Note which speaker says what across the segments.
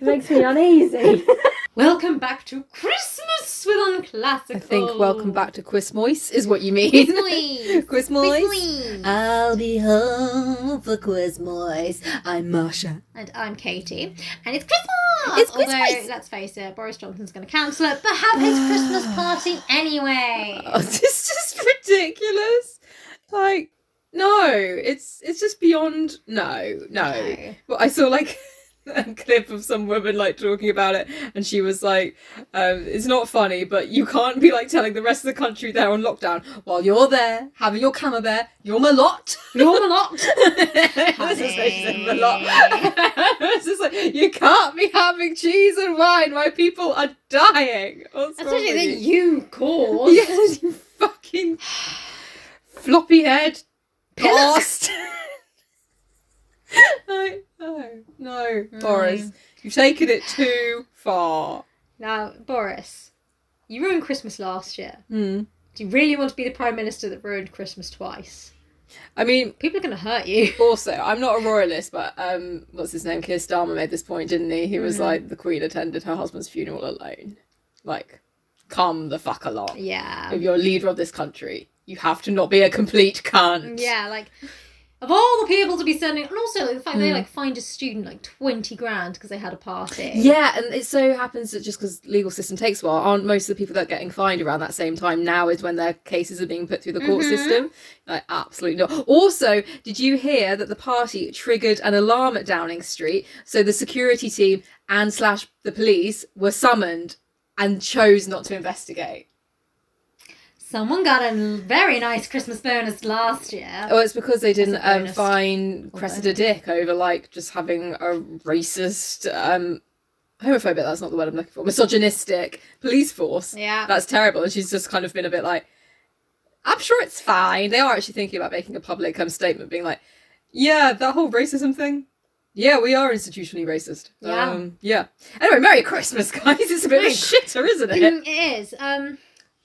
Speaker 1: makes me uneasy.
Speaker 2: Welcome back to Christmas with Unclassical.
Speaker 3: I think welcome back to Quizmoise is what you mean.
Speaker 2: Quizmoise.
Speaker 3: Quizmoise.
Speaker 2: Quizmoise.
Speaker 3: I'll be home for Quizmoise. I'm Marsha.
Speaker 2: and I'm Katie, and it's Christmas.
Speaker 3: It's
Speaker 2: Although,
Speaker 3: Christmas.
Speaker 2: let's face it, Boris Johnson's going to cancel it, but have his Christmas party anyway.
Speaker 3: Oh, it's just ridiculous. Like, no, it's it's just beyond no, no. But I saw like a clip of some woman like talking about it, and she was like, um, "It's not funny, but you can't be like telling the rest of the country they're on lockdown while you're there having your camembert, your malot, your malot." this is basically malot. it's just like you can't be having cheese and wine while people are dying. What's wrong
Speaker 2: Especially
Speaker 3: with
Speaker 2: that
Speaker 3: you?
Speaker 2: you caused.
Speaker 3: Yes, you fucking floppy head past. no, no, no, Boris. You've taken it too far.
Speaker 2: Now, Boris, you ruined Christmas last year.
Speaker 3: Hmm.
Speaker 2: Do you really want to be the Prime Minister that ruined Christmas twice?
Speaker 3: I mean,
Speaker 2: People are going to hurt you.
Speaker 3: also, I'm not a royalist, but um, what's his name? Keir Starmer made this point, didn't he? He was like, the Queen attended her husband's funeral alone. Like, come the fuck along.
Speaker 2: Yeah.
Speaker 3: If you're a leader of this country, you have to not be a complete cunt.
Speaker 2: Yeah, like of all the people to be sending, and also the fact
Speaker 3: Hmm.
Speaker 2: they like fined a student like twenty grand because they had a party.
Speaker 3: Yeah, and it so happens that just because legal system takes a while, aren't most of the people that are getting fined around that same time now is when their cases are being put through the court
Speaker 2: Mhm.
Speaker 3: system? Like, absolutely not. Also, did you hear that the party triggered an alarm at Downing Street? So the security team and slash the police were summoned and chose not to investigate.
Speaker 2: Someone got a very nice Christmas bonus last year.
Speaker 3: Oh, it's because they didn't um,
Speaker 2: bonus.
Speaker 3: fine Cressida Dick over like just having a racist, um, homophobic. That's not the word I'm looking for. Misogynistic police force.
Speaker 2: Yeah.
Speaker 3: that's terrible. And she's just kind of been a bit like, I'm sure it's fine. They are actually thinking about making a public um, statement, being like, yeah, that whole racism thing. Yeah, we are institutionally racist.
Speaker 2: Yeah. Oh,
Speaker 3: Um, yeah. Anyway, Merry Christmas, guys. It's a bit of a shitter, isn't it?
Speaker 2: Mm, it is. Um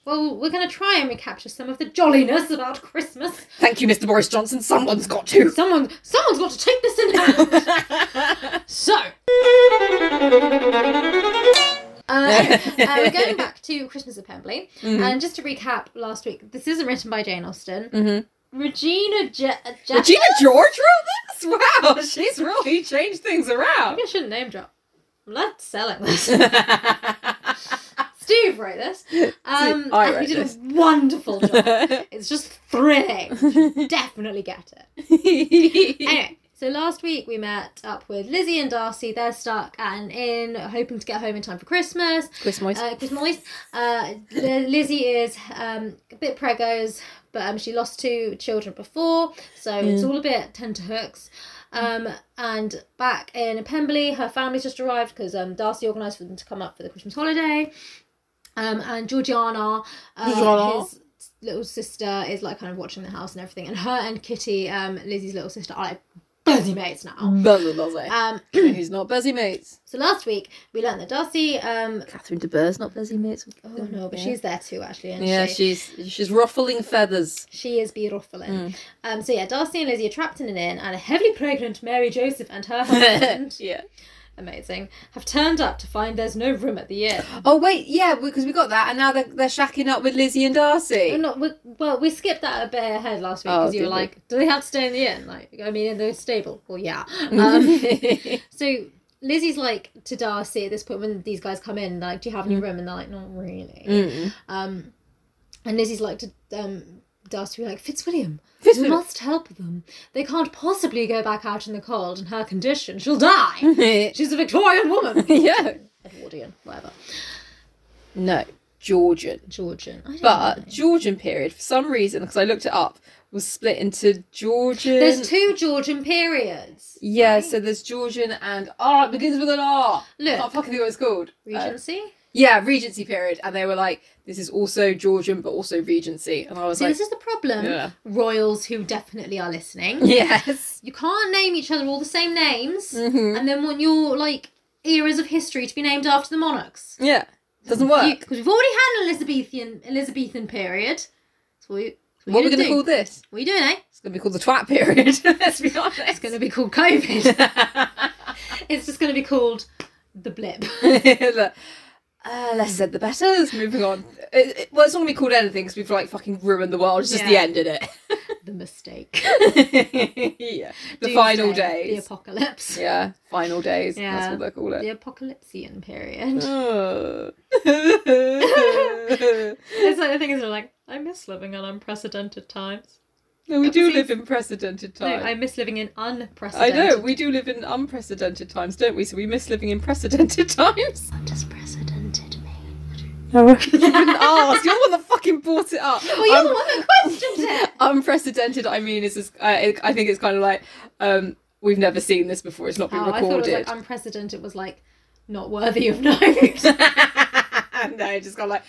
Speaker 2: well, we're going to try and recapture some of the jolliness about Christmas.
Speaker 3: Thank you, Mr. Boris Johnson. Someone's got to.
Speaker 2: Someone, someone's got to take this in hand. so, uh, uh, we're going back to Christmas at Pemberley,
Speaker 3: Mm-hmm.
Speaker 2: and just to recap last week, this isn't written by Jane Austen.
Speaker 3: Mhm.
Speaker 2: Regina Je- uh, Je-
Speaker 3: Regina George wrote this? Wow, she's really changed things around.
Speaker 2: Maybe I shouldn't name drop. I'm not selling this. Steve wrote this. Um,
Speaker 3: I
Speaker 2: and
Speaker 3: wrote
Speaker 2: he did
Speaker 3: this.
Speaker 2: a wonderful job. it's just thrilling. Definitely get it. Anyway, so last week we met up with Lizzie and Darcy. They're stuck and in, hoping to get home in time for Christmas.
Speaker 3: Christmas.
Speaker 2: Uh, Christmas. Uh, Li- Lizzie is um, a bit pregos, but um, she lost two children before, so it's all a bit tenterhooks. Um, and back in Pemberley, her family's just arrived because um, Darcy organised for them to come up for the Christmas holiday. Um, and Georgiana, uh,
Speaker 3: Georgiana.
Speaker 2: his little sister, is like kind of watching the house and everything. And her and Kitty, um, Lizzie's little sister, are like busy mates now.
Speaker 3: Buzzy, buzzy.
Speaker 2: Um,
Speaker 3: Who's not busy mates?
Speaker 2: so last week we learned that Darcy um,
Speaker 3: Catherine de Burgh's not busy mates.
Speaker 2: Oh no, but she's there too, actually, and
Speaker 3: Yeah,
Speaker 2: she, she
Speaker 3: she's she's ruffling feathers.
Speaker 2: is beautiful.
Speaker 3: Hmm.
Speaker 2: In. Um, so yeah, Darcy and Lizzie are trapped in an inn, and a heavily pregnant Mary Joseph and her husband,
Speaker 3: yeah.
Speaker 2: amazing, have turned up to find there's no room at the inn.
Speaker 3: Oh wait, yeah, because we got that, and now they're they're shacking up with Lizzie and Darcy.
Speaker 2: We're not, we well, we skipped that a bit ahead last week
Speaker 3: Oh,
Speaker 2: because you were
Speaker 3: did we?
Speaker 2: like, do they have to stay in the inn? Like, I mean, in the stable. Well, yeah. Um, so Lizzie's like to Darcy at this point when these guys come in, like, do you have any room? And they're like, not really.
Speaker 3: Mm.
Speaker 2: Um, and Lizzie's like to um, Darcy, like Fitzwilliam, you
Speaker 3: Fitzwilliam."
Speaker 2: must help them. They can't possibly go back out in the cold in her condition. She'll die. She's a Victorian woman,
Speaker 3: yeah.
Speaker 2: Edwardian, whatever,
Speaker 3: No, Georgian.
Speaker 2: Georgian. I don't know.
Speaker 3: But Georgian period, for some reason, because I looked it up, was split into Georgian.
Speaker 2: there's two Georgian periods.
Speaker 3: yeah, so there's Georgian and R. it begins with an R.
Speaker 2: Look.
Speaker 3: I can't fucking think what it's called. Uh,
Speaker 2: Regency.
Speaker 3: yeah, Regency period, and they were like, "This is also Georgian, but also Regency," and I was
Speaker 2: See,
Speaker 3: like,
Speaker 2: this is the problem.
Speaker 3: Yeah.
Speaker 2: Royals who definitely are listening.
Speaker 3: "Yes."
Speaker 2: You can't name each other all the same names,
Speaker 3: Mhm.
Speaker 2: and then want your like eras of history to be named after the monarchs.
Speaker 3: Yeah, doesn't work.
Speaker 2: Because we've already had an Elizabethan Elizabethan period. So we, so
Speaker 3: what are we
Speaker 2: gonna
Speaker 3: going to call
Speaker 2: do?
Speaker 3: this?
Speaker 2: What are you doing, eh?
Speaker 3: It's going to be called the twat period. Let's be honest.
Speaker 2: It's going to be called COVID. it's just going to be called the blip.
Speaker 3: Look, uh, less said the better. Let's moving on. It, it- well, it's not gonna be called anything because we've like fucking ruined the world. It's just the
Speaker 2: Yeah.
Speaker 3: end, isn't
Speaker 2: the mistake.
Speaker 3: it? yeah, the final
Speaker 2: Doomsday,
Speaker 3: days.
Speaker 2: The apocalypse.
Speaker 3: yeah, final days.
Speaker 2: Yeah.
Speaker 3: That's what they call it.
Speaker 2: The apocalypsean period.
Speaker 3: Uh. Ugh.
Speaker 2: it's like the thing is, we're like, I miss living in unprecedented times.
Speaker 3: no, we
Speaker 2: That
Speaker 3: do
Speaker 2: seems-
Speaker 3: live in precedented
Speaker 2: No, I
Speaker 3: times.
Speaker 2: miss living in
Speaker 3: I
Speaker 2: unprecedented.
Speaker 3: know, we do live in unprecedented times, don't we? So we miss living in precedented times.
Speaker 2: What does precedented mean?
Speaker 3: No, you wouldn't ask. You're the one that fucking brought it up.
Speaker 2: Well, you're
Speaker 3: Un-
Speaker 2: the one that questioned it.
Speaker 3: unprecedented i mean is this I, I think it's kind of like um we've never seen this before it's not been
Speaker 2: Oh, I thought it was
Speaker 3: recorded
Speaker 2: like unprecedented was like not worthy of Oh, note. um,
Speaker 3: no just kind of like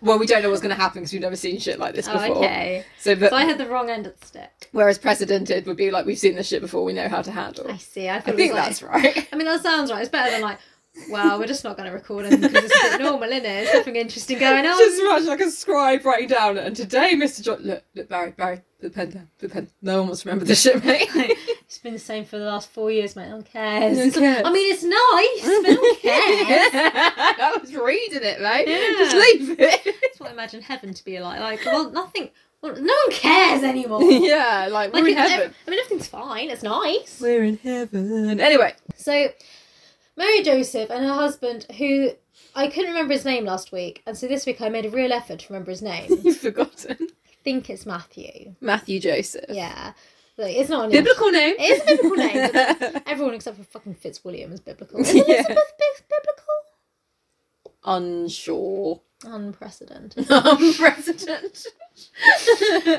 Speaker 3: well we don't know what's going to happen because we've never seen shit like this before
Speaker 2: oh, okay.
Speaker 3: so but
Speaker 2: So I had the wrong end of the stick.
Speaker 3: whereas precedented would be like we've seen this shit before we know how to handle
Speaker 2: I
Speaker 3: i,
Speaker 2: see. I, thought it
Speaker 3: think
Speaker 2: was like,
Speaker 3: that's right
Speaker 2: I mean, that sounds right. It's better than like, well, we're just not going to record anything because it's a bit normal, isn't it? There's nothing interesting going on.
Speaker 3: just imagine like a scribe writing down and today mr john look look barry barry the pen down the pen no one wants to remember this shit mate
Speaker 2: it's been the same for the last four years, mate. No one cares.
Speaker 3: No one cares.
Speaker 2: I mean, it's nice, but no one cares.
Speaker 3: I was reading it, mate.
Speaker 2: Yeah.
Speaker 3: Just leave it.
Speaker 2: That's what I imagine heaven to be like. Like, well, nothing. Well, no one cares anymore.
Speaker 3: yeah, like we're
Speaker 2: Like,
Speaker 3: in
Speaker 2: if ev-
Speaker 3: heaven.
Speaker 2: I mean, everything's fine. It's nice.
Speaker 3: We're in heaven. Anyway,
Speaker 2: So, Mary Joseph and her husband, who I couldn't remember his name last week, and so this week I made a real effort to remember his name.
Speaker 3: you've forgotten
Speaker 2: I think it's Matthew.
Speaker 3: Matthew Joseph.
Speaker 2: Yeah, like, it's not an
Speaker 3: Biblical name.
Speaker 2: It is a biblical name,
Speaker 3: name.
Speaker 2: Everyone except for fucking Fitzwilliam is biblical. Is Elizabeth bi- biblical?
Speaker 3: Unsure.
Speaker 2: Unprecedented.
Speaker 3: President.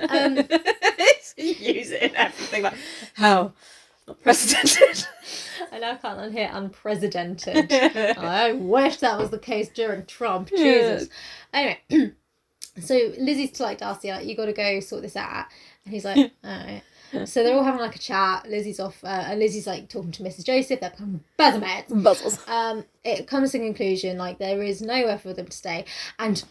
Speaker 2: Um,
Speaker 3: Use it in everything. Like how not precedented.
Speaker 2: I now can't unhear unprecedented. I wish that was the case during Trump.
Speaker 3: Yeah.
Speaker 2: Jesus. Anyway, so Lizzie's to like Darcy, like you got to go sort this out, and he's like, all right. So they're all having like a chat. Lizzie's off, uh, and Lizzie's like talking to Mrs. Joseph. They're becoming buzzmates.
Speaker 3: Mm. Buzzles.
Speaker 2: um, it comes to conclusion like there is nowhere for them to stay, and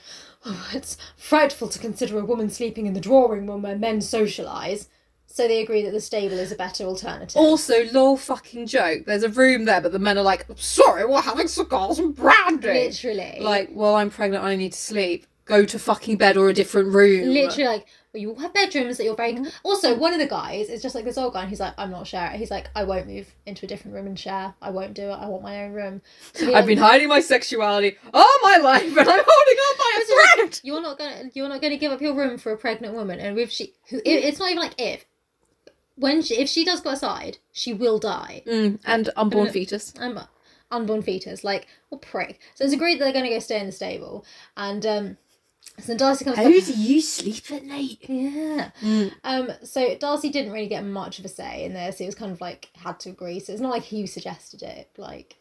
Speaker 2: oh, it's frightful to consider a woman sleeping in the drawing room where men socialise. So they agree that the stable is a better alternative.
Speaker 3: Also, lol, fucking joke. There's a room there, but the men are like, "Sorry, we're having cigars and brandy."
Speaker 2: literally,
Speaker 3: Like, well, I'm pregnant. I need to sleep. Go to fucking bed or a different room.
Speaker 2: literally, like well, you all have bedrooms that you're very.
Speaker 3: Mm-hmm.
Speaker 2: Also, one of the guys is just like this old guy, and he's like, "I'm not sharing." He's like, "I won't move into a different room and share. I won't do it. I want my own room." So he,
Speaker 3: I've
Speaker 2: like,
Speaker 3: been hiding my sexuality all my life, and I'm holding on by a thread.
Speaker 2: You're not gonna. You're not gonna give up your room for a pregnant woman, and if she, who, it- it's not even like if, when she, if she does go outside, she will die.
Speaker 3: Mm, and unborn fetus.
Speaker 2: Um, unborn fetus, like what prick. So it's agreed that they're gonna go stay in the stable, and um, so Darcy comes. back-
Speaker 3: you sleep at night?
Speaker 2: yeah.
Speaker 3: Mm.
Speaker 2: Um. So Darcy didn't really get much of a say in this. It was kind of like had to agree. So it's not like he suggested it. Like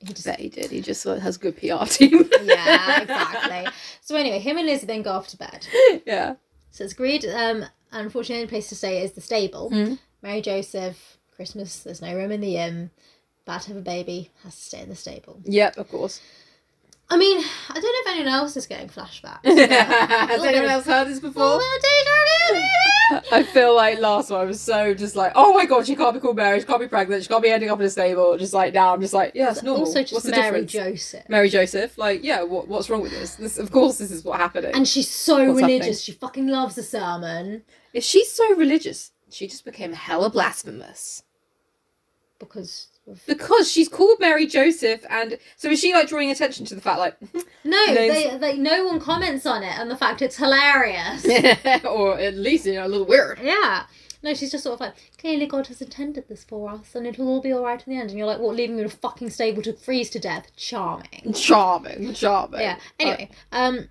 Speaker 2: he just
Speaker 3: Bet he did. He just like, has a good PR team.
Speaker 2: yeah, exactly. So anyway, him and Lizzie then go off to bed.
Speaker 3: yeah.
Speaker 2: So it's agreed. Um, unfortunately, the only place to stay is the stable.
Speaker 3: Mm.
Speaker 2: Mary Joseph, Christmas. There's no room in the inn. About to have a baby, has to stay in the stable.
Speaker 3: Yep, of course.
Speaker 2: I mean, I don't know if anyone else is getting flashbacks.
Speaker 3: Has anyone else heard this
Speaker 2: Oh,
Speaker 3: before?
Speaker 2: well, deja vu.
Speaker 3: I feel like last one I was so just like, oh my god, she can't be called Mary, she can't be pregnant, she can't be ending up in a stable. Just like now, I'm just like, yeah, it's normal.
Speaker 2: Also, just
Speaker 3: What's the
Speaker 2: Mary
Speaker 3: difference?
Speaker 2: Joseph.
Speaker 3: Mary Joseph, like, yeah, what, what's wrong with this? This, of course, this is what happening.
Speaker 2: And she's so
Speaker 3: What's
Speaker 2: religious.
Speaker 3: happening?
Speaker 2: She fucking loves the sermon
Speaker 3: If she's so religious, she just became hella blasphemous.
Speaker 2: because of...
Speaker 3: Because she's called Mary Joseph, and so is she like drawing attention to the fact,
Speaker 2: no,
Speaker 3: Names-
Speaker 2: they, they no one comments on it, and the fact it's hilarious.
Speaker 3: like, or at least, you know, a little weird.
Speaker 2: Yeah. No, she's just sort of like, clearly God has intended this for us and it'll all be alright in the end. And you're like, what, leaving you in a fucking stable to freeze to death? Charming.
Speaker 3: Charming, charming.
Speaker 2: Yeah. Anyway, um,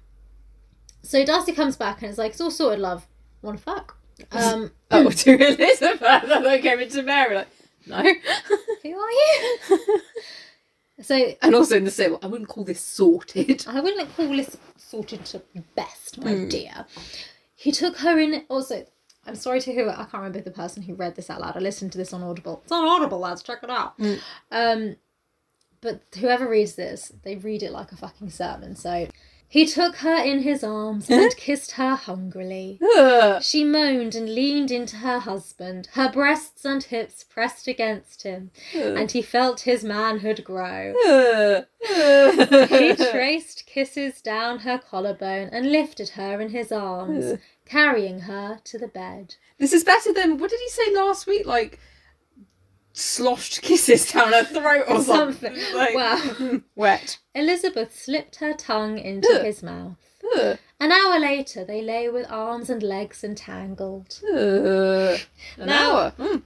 Speaker 2: so Darcy comes back and it's like, it's all sorted, love. Wanna fuck? Um,
Speaker 3: Oh, to Elizabeth, and then came into Mary, like, no.
Speaker 2: who are you? so
Speaker 3: and also in the same, I wouldn't call this sorted.
Speaker 2: I wouldn't call this sorted to best, my dear. He took her in. Also, I'm sorry to who I can't remember the person who read this out loud. I listened to this on Audible. It's on Audible, lads. Check it out. Um, but whoever reads this, they read it like a fucking sermon. So. He took her in his arms and kissed her hungrily.
Speaker 3: Ugh.
Speaker 2: She moaned and leaned into her husband, her breasts and hips pressed against him, and he felt his manhood grow.
Speaker 3: Ugh.
Speaker 2: He
Speaker 3: Ugh.
Speaker 2: traced kisses down her collarbone and lifted her in his arms,
Speaker 3: Ugh.
Speaker 2: carrying her to the bed.
Speaker 3: This is better than what did he say last week? Like sloshed kisses down her throat or something.
Speaker 2: Something.
Speaker 3: Like,
Speaker 2: Wow.
Speaker 3: Wet.
Speaker 2: Elizabeth slipped her tongue into
Speaker 3: Ugh.
Speaker 2: his mouth.
Speaker 3: Ugh.
Speaker 2: An hour later, they lay with arms and legs entangled.
Speaker 3: Ugh. An
Speaker 2: Now-
Speaker 3: hour. Mm.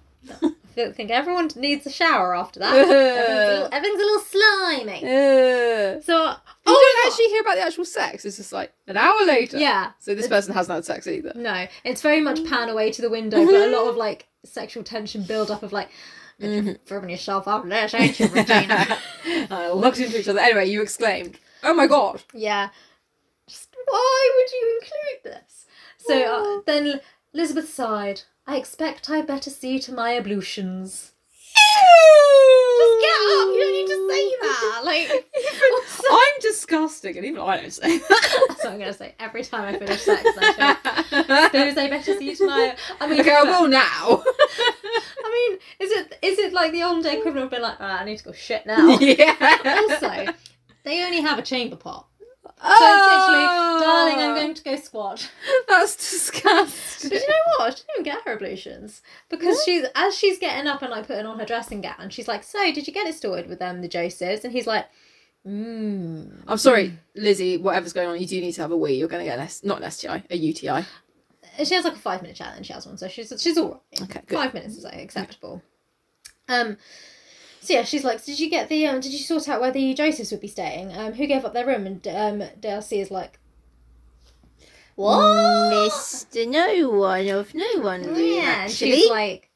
Speaker 2: I think everyone needs a shower after that.
Speaker 3: Ugh.
Speaker 2: everything's, a little, everything's a little slimy.
Speaker 3: Ugh.
Speaker 2: So,
Speaker 3: You
Speaker 2: oh,
Speaker 3: don't actually hear about the actual sex. It's just like an hour later.
Speaker 2: yeah.
Speaker 3: So this person hasn't had sex either.
Speaker 2: No, it's very much pan away to the window, but a lot of like sexual tension build up of like
Speaker 3: Mm-hmm.
Speaker 2: throwing yourself up there, ain't you, Regina?
Speaker 3: I Uh, looked into each other. Anyway, you exclaimed, "Oh my god!"
Speaker 2: yeah. Just why would you include this? So uh, then Elizabeth sighed. I expect I better see to my ablutions. Just get up! You don't need to say that. Like, also-
Speaker 3: I'm disgusting, and even I don't say
Speaker 2: that's what I'm gonna say every time I finish sex. Actually.
Speaker 3: that.
Speaker 2: Those I better see to my. I mean,
Speaker 3: okay, I will now.
Speaker 2: I mean, is it is it like the on day equivalent of being like, "Ah, I need to go shit now? also, they only have a chamber pot. So it's literally, darling, I'm going to go squat.
Speaker 3: Oh, That's
Speaker 2: But you
Speaker 3: disgusting.
Speaker 2: know what? She didn't even get her ablutions because she's as she's getting up and like putting on her dressing gown. She's like, "So, did you get it sorted with them, the Joses?" And he's like, "Mmm,
Speaker 3: I'm sorry, Lizzie. Whatever's going on, you do need to have a wee. You're going to get an S- not an STI, a UTI.
Speaker 2: And she has like a five minute challenge. She has one, so she's she's all right.
Speaker 3: Okay, good.
Speaker 2: Five minutes is like acceptable. Um. So yeah, she's like, did you get the um? Did you sort out where the Josephs would be staying? Um, who gave up their room? And um, DLC is like, what?
Speaker 3: Mr. No One of No One,
Speaker 2: yeah, and she's like,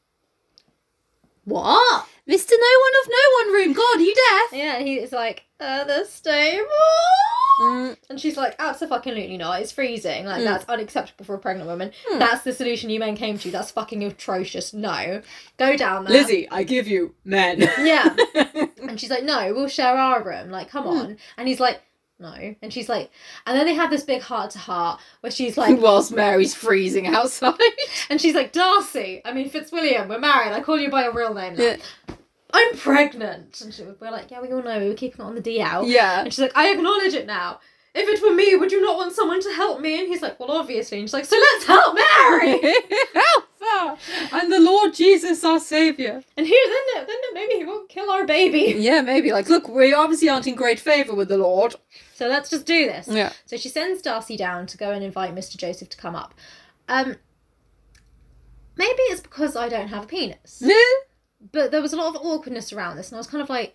Speaker 2: what?
Speaker 3: Mr. No One of No One Room. God, are you deaf?
Speaker 2: Yeah, and he's like, uh, the stable.
Speaker 3: Mm,
Speaker 2: And she's like, absolutely not. It's freezing. Like
Speaker 3: Mm.
Speaker 2: that's unacceptable for a pregnant woman.
Speaker 3: Mm.
Speaker 2: That's the solution you men came to. That's fucking atrocious. No, go down there.
Speaker 3: Lizzie, I give you men.
Speaker 2: Yeah. And she's like, no, we'll share our room. Like,
Speaker 3: Hmm.
Speaker 2: come on. And he's like, no. And she's like, and then they have this big heart to heart where she's like,
Speaker 3: Whilst Mary's freezing outside.
Speaker 2: and she's like, Darcy, I mean, Fitzwilliam, we're married. I call you by your real name now.
Speaker 3: Yeah.
Speaker 2: I'm pregnant. And she, we're like, yeah, we all know. We were keeping it on the DL.
Speaker 3: yeah.
Speaker 2: And she's like, I acknowledge it now. If it were me, would you not want someone to help me? And he's like, well, obviously. And she's like, so let's help Mary.
Speaker 3: Alpha! And the Lord Jesus, our Saviour.
Speaker 2: and here, then, then maybe he won't kill our baby.
Speaker 3: Yeah, maybe. Like, look, we obviously aren't in great favour with the Lord.
Speaker 2: So let's just do this.
Speaker 3: Yeah.
Speaker 2: So she sends Darcy down to go and invite Mr. Joseph to come up. Um, maybe it's because I don't have a penis, but there was a lot of awkwardness around this, and I was kind of like,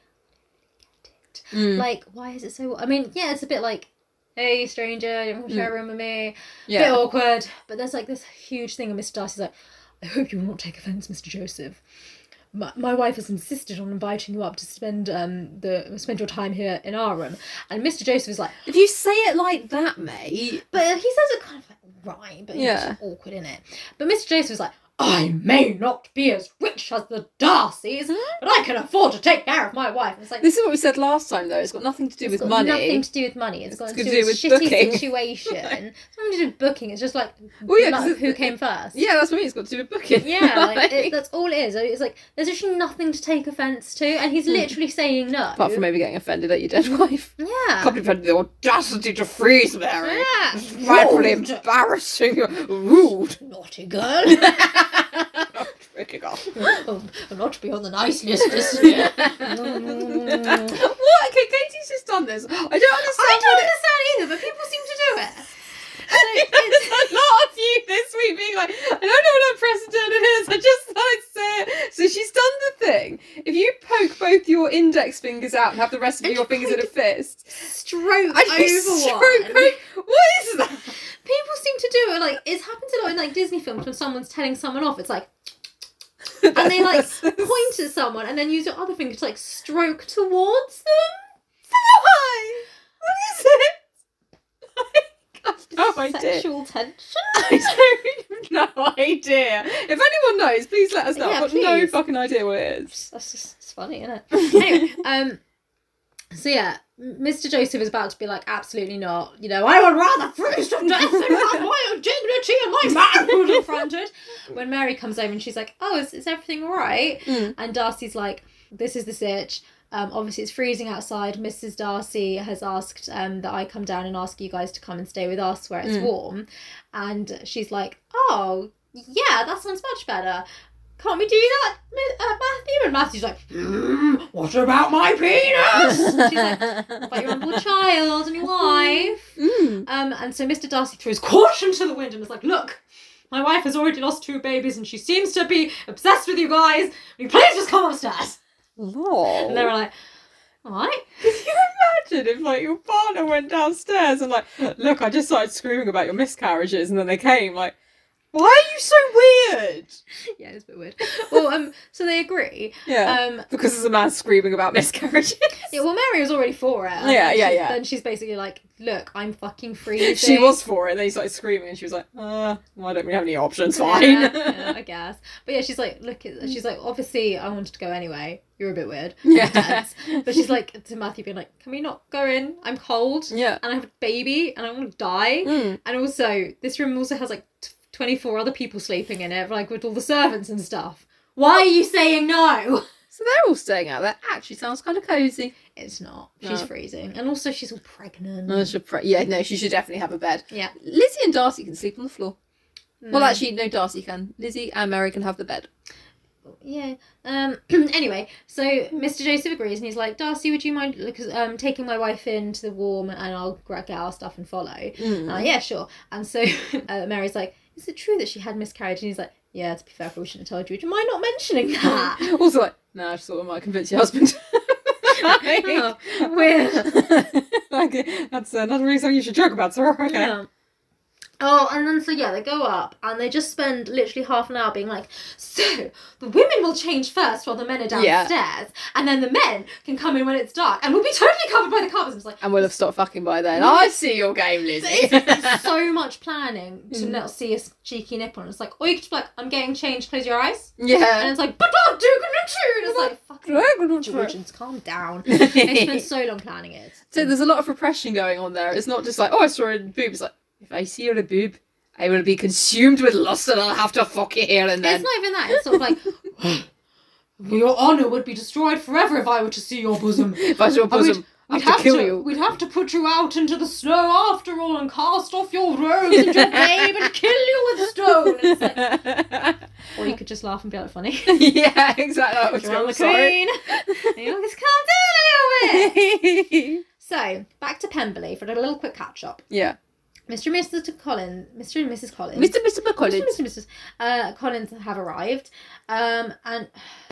Speaker 3: Mm,
Speaker 2: like, why is it so? I mean, yeah, it's a bit like, hey, stranger, you want to
Speaker 3: Mm.
Speaker 2: share a room with me? Bit
Speaker 3: yeah.
Speaker 2: awkward, but there's like this huge thing, and Mr. Darcy's like, I hope you will not take offence, Mr. Joseph. My, my wife has insisted on inviting you up to spend um the spend your time here in our room, and Mr. Joseph is like.
Speaker 3: If you say it like that, mate.
Speaker 2: But he says it kind of like right, but yeah.
Speaker 3: Yeah.
Speaker 2: it's awkward in it. But Mr. Joseph was like, I may not be as rich as the Darcys, but I can afford to take care of my wife. And it's like
Speaker 3: Hmm? This is what we said last time, though. It's got nothing to do
Speaker 2: it's
Speaker 3: with
Speaker 2: got
Speaker 3: money.
Speaker 2: nothing to do with money. It's got
Speaker 3: It's
Speaker 2: to
Speaker 3: got
Speaker 2: do with shitty
Speaker 3: booking.
Speaker 2: situation. it's nothing to do with booking. It's just like
Speaker 3: Well, yeah, 'cause
Speaker 2: luck,
Speaker 3: it-
Speaker 2: who came first.
Speaker 3: Yeah, that's what I mean. It's got to do with booking.
Speaker 2: Yeah, like, it,
Speaker 3: Like-
Speaker 2: that's all it is. It's like there's actually nothing to take offence to, and he's literally saying no.
Speaker 3: Apart from maybe getting offended at your dead wife. I
Speaker 2: yeah,
Speaker 3: can't believe I had the audacity to freeze Mary.
Speaker 2: yeah,
Speaker 3: Frightfully
Speaker 2: Rude.
Speaker 3: embarrassing. Rude.
Speaker 2: naughty girl.
Speaker 3: Freaking off.
Speaker 2: I'm not beyond the nice list this year.
Speaker 3: what? Okay, Katie's just done this. I don't understand.
Speaker 2: I don't
Speaker 3: what it-
Speaker 2: understand either, but people seem to do it.
Speaker 3: There's a lot of you this week being like, I don't know what unprecedented is. I just thought I'd say it. So she's done the thing. If you poke both your index fingers out and have the rest of
Speaker 2: And
Speaker 3: your
Speaker 2: you
Speaker 3: fingers in
Speaker 2: point
Speaker 3: a fist,
Speaker 2: Stroke
Speaker 3: and you
Speaker 2: over
Speaker 3: stroke
Speaker 2: one.
Speaker 3: both- What is that?
Speaker 2: People seem to do it. Like it happens a lot in like Disney films when someone's telling someone off. It's like and they like point at someone and then use your other finger to like stroke towards them.
Speaker 3: Why? What is it? I've
Speaker 2: Oh,
Speaker 3: no idea.
Speaker 2: Sexual tension.
Speaker 3: I don't have no idea. If anyone knows, please let us know.
Speaker 2: Yeah,
Speaker 3: I've got no
Speaker 2: please.
Speaker 3: fucking idea what it is.
Speaker 2: That's just it's funny, isn't it? anyway, um, So yeah, Mr. Joseph is about to be like, absolutely not. You know, I would rather freeze to death than have my own dignity and my manhood affronted. When Mary comes over and she's like, oh, is, is everything all right?
Speaker 3: Mm.
Speaker 2: And Darcy's like, this is the sitch. Um, obviously, it's freezing outside. Mrs. Darcy has asked um, that I come down and ask you guys to come and stay with us where it's
Speaker 3: Mm.
Speaker 2: warm. And she's like, oh, yeah, that sounds much better. Can't we do that, Mi- uh, Matthew? And Matthew's like, "Mm, what about my penis? She's like, about your unborn child and your wife.
Speaker 3: Mm.
Speaker 2: Um, and so Mr. Darcy threw his caution to the wind and was like, look, my wife has already lost two babies and she seems to be obsessed with you guys. Will you please just come upstairs?
Speaker 3: Lol.
Speaker 2: And they were like, all right.
Speaker 3: Could you imagine if like your partner went downstairs and like, look, I just started screaming about your miscarriages, and then they came like, why are you so weird?
Speaker 2: Yeah, it's a bit weird. Well, um, so they agree.
Speaker 3: Yeah,
Speaker 2: Um,
Speaker 3: because there's a man screaming about miscarriages.
Speaker 2: yeah, well, Mary was already for it. And
Speaker 3: Yeah, yeah,
Speaker 2: she's-
Speaker 3: yeah.
Speaker 2: Then she's basically like, look, I'm fucking freezing.
Speaker 3: she was for it, and then he started screaming, and she was like, uh, well, I don't really have any options. Fine.
Speaker 2: Yeah, yeah, I guess. But yeah, she's like, look, it- she's like, obviously, I wanted to go anyway. You're a bit weird.
Speaker 3: Yeah.
Speaker 2: But she's like to Matthew, being like, "Can we not go in? I'm cold,
Speaker 3: Yeah.
Speaker 2: and I have a baby, and I want to die.
Speaker 3: Mm.
Speaker 2: And also, this room also has like t- 24 other people sleeping in it, like with all the servants and stuff. Why are you saying no?
Speaker 3: So they're all staying out there. Actually, sounds kind of cozy.
Speaker 2: It's not.
Speaker 3: No.
Speaker 2: She's freezing, and also she's all pregnant.
Speaker 3: No, she pre- yeah, no, she should definitely have a bed.
Speaker 2: Yeah.
Speaker 3: Lizzie and Darcy can sleep on the floor. Well,
Speaker 2: Mm.
Speaker 3: actually, no, Darcy can. Lizzie and Mary can have the bed.
Speaker 2: Yeah. Um. anyway, so Mr. Joseph agrees, and he's like, "Darcy, would you mind because um taking my wife into the warm, and I'll gra- get our stuff and follow." Uh, yeah, sure. And so uh, Mary's like, "Is it true that she had miscarriage?" And he's like, "Yeah, to be fair, I probably shouldn't have told you. Do you mind not mentioning that?"
Speaker 3: also, like, no, I just thought I might convince your husband.
Speaker 2: Oh, weird.
Speaker 3: like, that's another reason you should joke about, sir. Okay.
Speaker 2: Yeah. Um, Oh, and then so yeah, they go up and they just spend literally half an hour being like, so the women will change first while the men are
Speaker 3: Yeah.
Speaker 2: downstairs, and then the men can come in when it's dark, and we'll be totally covered by the covers. It's like,
Speaker 3: And we'll have stopped fucking by then. I see your game, Lizzie.
Speaker 2: It's so much planning to
Speaker 3: Mm.
Speaker 2: not see a cheeky nipple. And it's like, or you could just be like, I'm getting changed, close your eyes. And
Speaker 3: yeah.
Speaker 2: it's like, but don't do it, And it's like, fucking Georgians, calm down. They spent so long planning it.
Speaker 3: so there's a lot of repression going on there. It's not just like, oh, I saw a boob. It's like, if I see a boob, I will be consumed with lust and I'll have to fuck it here and
Speaker 2: It's
Speaker 3: then.
Speaker 2: not even that. It's sort of like, your honour would be destroyed forever if I were to see your bosom.
Speaker 3: if I saw a bosom, I
Speaker 2: Oh, We'd
Speaker 3: have to kill you.
Speaker 2: We'd have to put you out into the snow after all and cast off your robes and your babe and kill you with stone. And it's like- or you could just laugh and be like, funny.
Speaker 3: yeah, exactly. I was
Speaker 2: You're on
Speaker 3: going,
Speaker 2: the
Speaker 3: sorry.
Speaker 2: queen. And you're like, this can't do a little bit. So back to Pemberley for a little quick catch up.
Speaker 3: yeah.
Speaker 2: Mr. and Mrs. Collins, Mr. and Mrs. Collins,
Speaker 3: Mr. Mr.
Speaker 2: Mr. and
Speaker 3: McCollins.
Speaker 2: Mrs. Mrs. Uh, Collins have arrived, um, and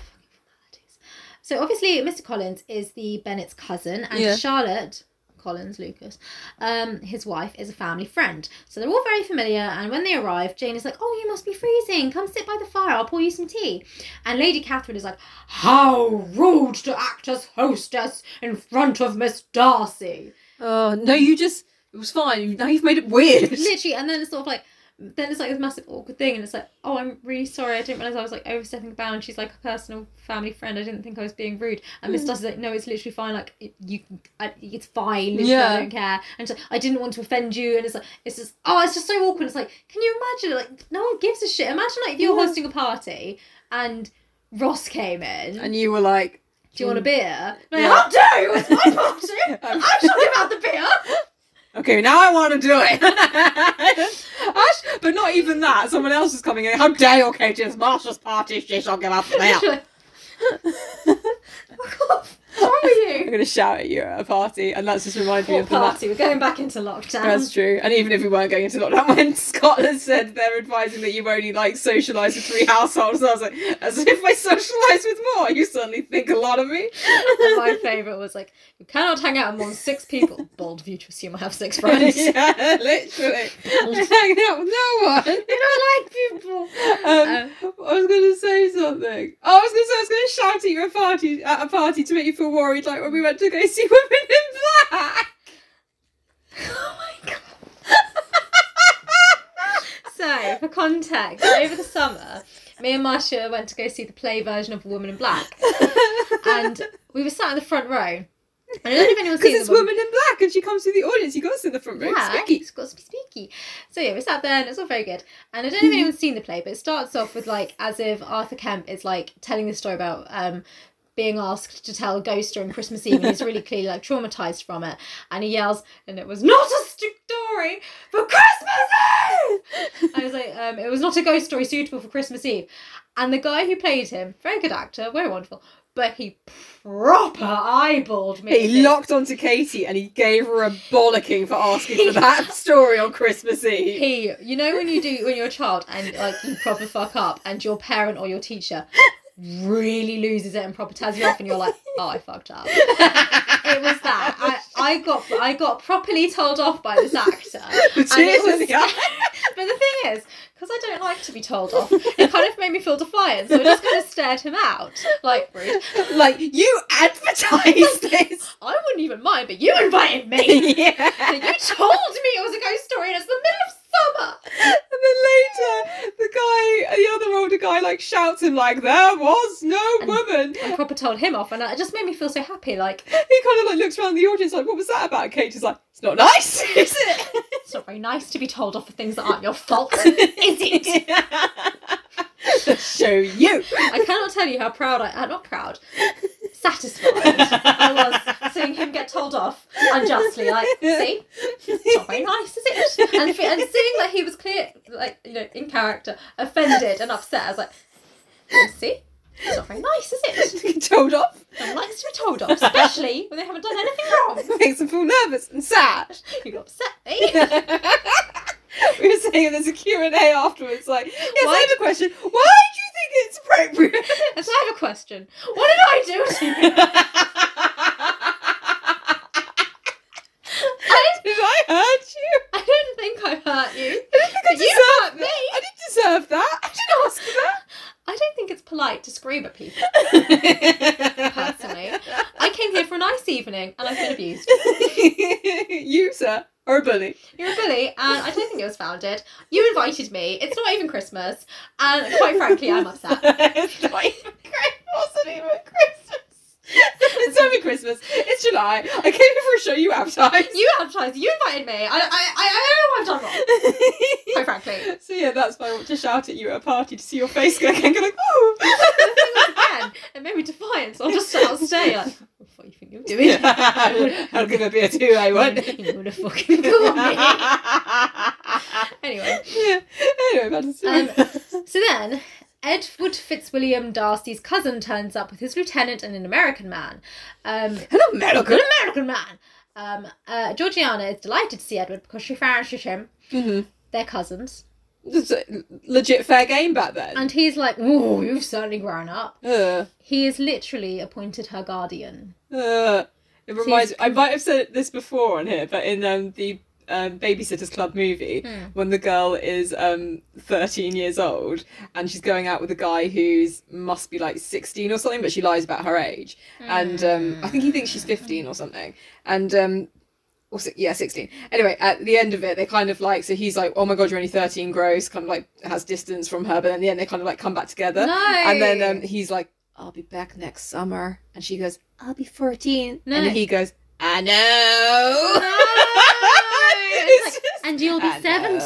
Speaker 2: so obviously Mr. Collins is the Bennett's cousin, and
Speaker 3: Yeah.
Speaker 2: Charlotte Collins Lucas, um, his wife, is a family friend. So they're all very familiar. And when they arrive, Jane is like, "Oh, you must be freezing. Come sit by the fire. I'll pour you some tea." And Lady Catherine is like, "How rude to act as hostess in front of Miss Darcy."
Speaker 3: Oh, no, you just. It was fine. Now you've made it weird.
Speaker 2: literally and then it's sort of like then it's like this massive awkward thing and it's like oh i'm really sorry i didn't realize i was like overstepping bounds she's like a personal family friend i didn't think i was being rude and
Speaker 3: Hmm.
Speaker 2: miss Darcy's like no it's literally fine like it- you I, it's fine literally,
Speaker 3: Yeah.
Speaker 2: i don't care and she's like, i didn't want to offend you and it's like it's just oh it's just so awkward it's like can you imagine like no one gives a shit imagine like if you're
Speaker 3: Yeah.
Speaker 2: hosting a party and ross came in
Speaker 3: And you were like.
Speaker 2: do you want a beer like,
Speaker 3: Mm. Yeah.
Speaker 2: how dare you it's my party i shall give out the beer
Speaker 3: Okay, now I want to do it. Ash, but not even that. Someone else is coming in. How dare you, Katie? It's Marsha's party. She shall give up the mail.
Speaker 2: Literally. Fuck off. What's wrong with you?
Speaker 3: I'm going to shout at you at a party, and that's just reminded me
Speaker 2: What
Speaker 3: of the last.
Speaker 2: party? We're going back into lockdown.
Speaker 3: That's true. And even if we weren't going into lockdown, when Scotland said they're advising that you only like socialise with three households, and I was like, as if I socialise with more, you suddenly think a lot of me.
Speaker 2: And my favourite was like, you cannot hang out with more than six people. Bold of you to assume I have six friends.
Speaker 3: yeah, literally. I hang out with no one.
Speaker 2: I like people.
Speaker 3: Um, I was going to say something. Oh, I was going to say I was going to shout at you at a party at a party to make you feel worried, like when we went to go see Women in Black.
Speaker 2: Oh my god. So, for context, over the summer, me and Marsha went to go see the play version of Woman in Black, and we were sat in the front row. I don't know if anyone's
Speaker 3: Because
Speaker 2: seen the
Speaker 3: it's woman in black and she comes through the audience. You got to in the front row.
Speaker 2: Yeah,
Speaker 3: Spooky.
Speaker 2: it's got to be spooky. So yeah, we sat there and it's all very good. And I don't
Speaker 3: Mm-hmm.
Speaker 2: know if anyone's seen the play, but it starts off with like as if Arthur Kemp is like telling the story about um being asked to tell a ghost during Christmas Eve, and he's really clearly like traumatized from it, and he yells, and it was not a story for Christmas Eve. I was like, um, it was not a ghost story suitable for Christmas Eve, and the guy who played him, very good actor, very wonderful, but he proper eyeballed me.
Speaker 3: He locked onto Katie and he gave her a bollocking for asking for that story on Christmas Eve.
Speaker 2: He, you know when you do when you're a child and like you proper fuck up and your parent or your teacher really loses it and proper tells you off and you're like, oh, I fucked up. It was that. I, I got I got properly told off by this actor.
Speaker 3: Tears
Speaker 2: And it
Speaker 3: in
Speaker 2: was-
Speaker 3: the eye.
Speaker 2: but the thing is, because I don't like to be told off, it kind of made me feel defiant. So I just kind of stared him out, like rude.
Speaker 3: like you advertised this.
Speaker 2: I wouldn't even mind, but you invited me. you told me
Speaker 3: yeah.
Speaker 2: it was a ghost story, and it's the middle of summer.
Speaker 3: And then later, the guy, the other older guy, like shouts him like, "There was no
Speaker 2: And-
Speaker 3: woman."
Speaker 2: I proper told him off, and it just made me feel so happy. Like
Speaker 3: He kind of like looks around the audience like, "What was that about?" And Katie's like, "It's not nice, is it?"
Speaker 2: it's not very nice to be told off for things that aren't your fault, is it?
Speaker 3: Let's show you.
Speaker 2: I cannot tell you how proud I am. Not proud, satisfied. I was seeing him get told off unjustly. Like, see, it's not very nice, is it? And, fe- and seeing that he was clear, like you know, in character, offended and upset, I was like, see, it's not very nice, is it?
Speaker 3: Told off
Speaker 2: No one likes to be told off, especially when they haven't done anything wrong.
Speaker 3: makes him feel nervous and sad.
Speaker 2: You upset me.
Speaker 3: we were saying there's a Q&A afterwards, like, yes,
Speaker 2: Why
Speaker 3: I have a question. Why do you think
Speaker 2: And so I have a question. What did I do to you?
Speaker 3: it's appropriate?
Speaker 2: I,
Speaker 3: Did I hurt you?
Speaker 2: I don't think I hurt
Speaker 3: I
Speaker 2: you.
Speaker 3: don't think I
Speaker 2: But you
Speaker 3: deserve
Speaker 2: hurt
Speaker 3: that.
Speaker 2: me.
Speaker 3: I didn't deserve that. I didn't ask for
Speaker 2: I don't think it's polite to scream at people.
Speaker 3: that.
Speaker 2: Personally. I came here for a nice evening and I've been abused.
Speaker 3: you, sir, are a bully.
Speaker 2: You're a bully and I don't think it was founded. You invited me. It's not even Christmas. And quite frankly, I'm upset.
Speaker 3: it's not even Christmas. It wasn't even Christmas. It's not even Christmas. It's July. I came here for a show you advertised.
Speaker 2: You advertised. You invited me. I, I, I, I don't know what I've done wrong. Quite frankly.
Speaker 3: so yeah, that's why I want to shout at you at a party to see your face go and go like, oh.
Speaker 2: Again, it made me defiant. So I'll just I'll stay like, what do you think you're doing?
Speaker 3: I'll give a beer too, I won't.
Speaker 2: You would have fucking called me. Anyway. Um,
Speaker 3: yeah. Anyway, back to the story.
Speaker 2: So then, Edward Fitzwilliam Darcy's cousin turns up with his lieutenant and an American man. Um,
Speaker 3: An
Speaker 2: a
Speaker 3: American.
Speaker 2: good American man! Um, uh, Georgiana is delighted to see Edward because she flourishes him. They're cousins.
Speaker 3: This is a legit fair game back then.
Speaker 2: And he's like, ooh, you've certainly grown up.
Speaker 3: Ugh.
Speaker 2: He is literally appointed her guardian.
Speaker 3: Uh, it reminds. I might have said this before on here, but in um, the um, Babysitters Club movie, when the girl is um, thirteen years old and she's going out with a guy who's must be like sixteen or something, but she lies about her age, and um, I think he thinks she's fifteen or something, and. Um, or si- yeah, 16. Anyway, at the end of it, they kind of like, so he's like, oh my god, you're only 13, gross, kind of like has distance from her, but in the end, they kind of like come back together.
Speaker 2: No.
Speaker 3: And then um, he's like, I'll be back next summer. And she goes, I'll be 14.
Speaker 2: No.
Speaker 3: And then he goes, I know.
Speaker 2: No!
Speaker 3: It's
Speaker 2: It's like,
Speaker 3: just,
Speaker 2: and you'll be
Speaker 3: "I know."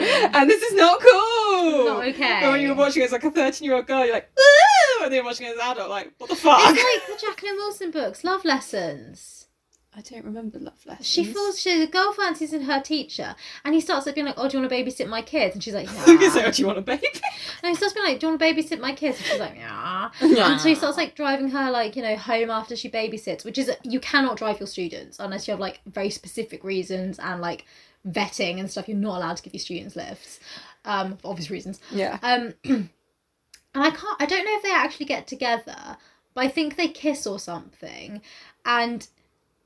Speaker 2: 17.
Speaker 3: And this is not cool.
Speaker 2: Not okay.
Speaker 3: But when you're watching it as like a 13 year old girl, you're like, ooh. And then you're watching it as an adult, like, what the fuck?
Speaker 2: It's like the Jacqueline Wilson books, Love Lessons.
Speaker 3: I don't remember Love Lessons.
Speaker 2: She falls. She, the girl fancies in her teacher, and he starts like being like, "Oh, do you want to babysit my kids?" And she's like,
Speaker 3: I'm going to say,
Speaker 2: "Yeah."
Speaker 3: oh, do you want a baby?
Speaker 2: no, he starts being like, "Do you want to babysit my kids?" And she's like, "Yeah." And so he starts like driving her like you know home after she babysits, which is you cannot drive your students unless you have like very specific reasons and like vetting and stuff. You're not allowed to give your students lifts, um, for obvious reasons.
Speaker 3: Yeah.
Speaker 2: Um, and I can't. I don't know if they actually get together, but I think they kiss or something, and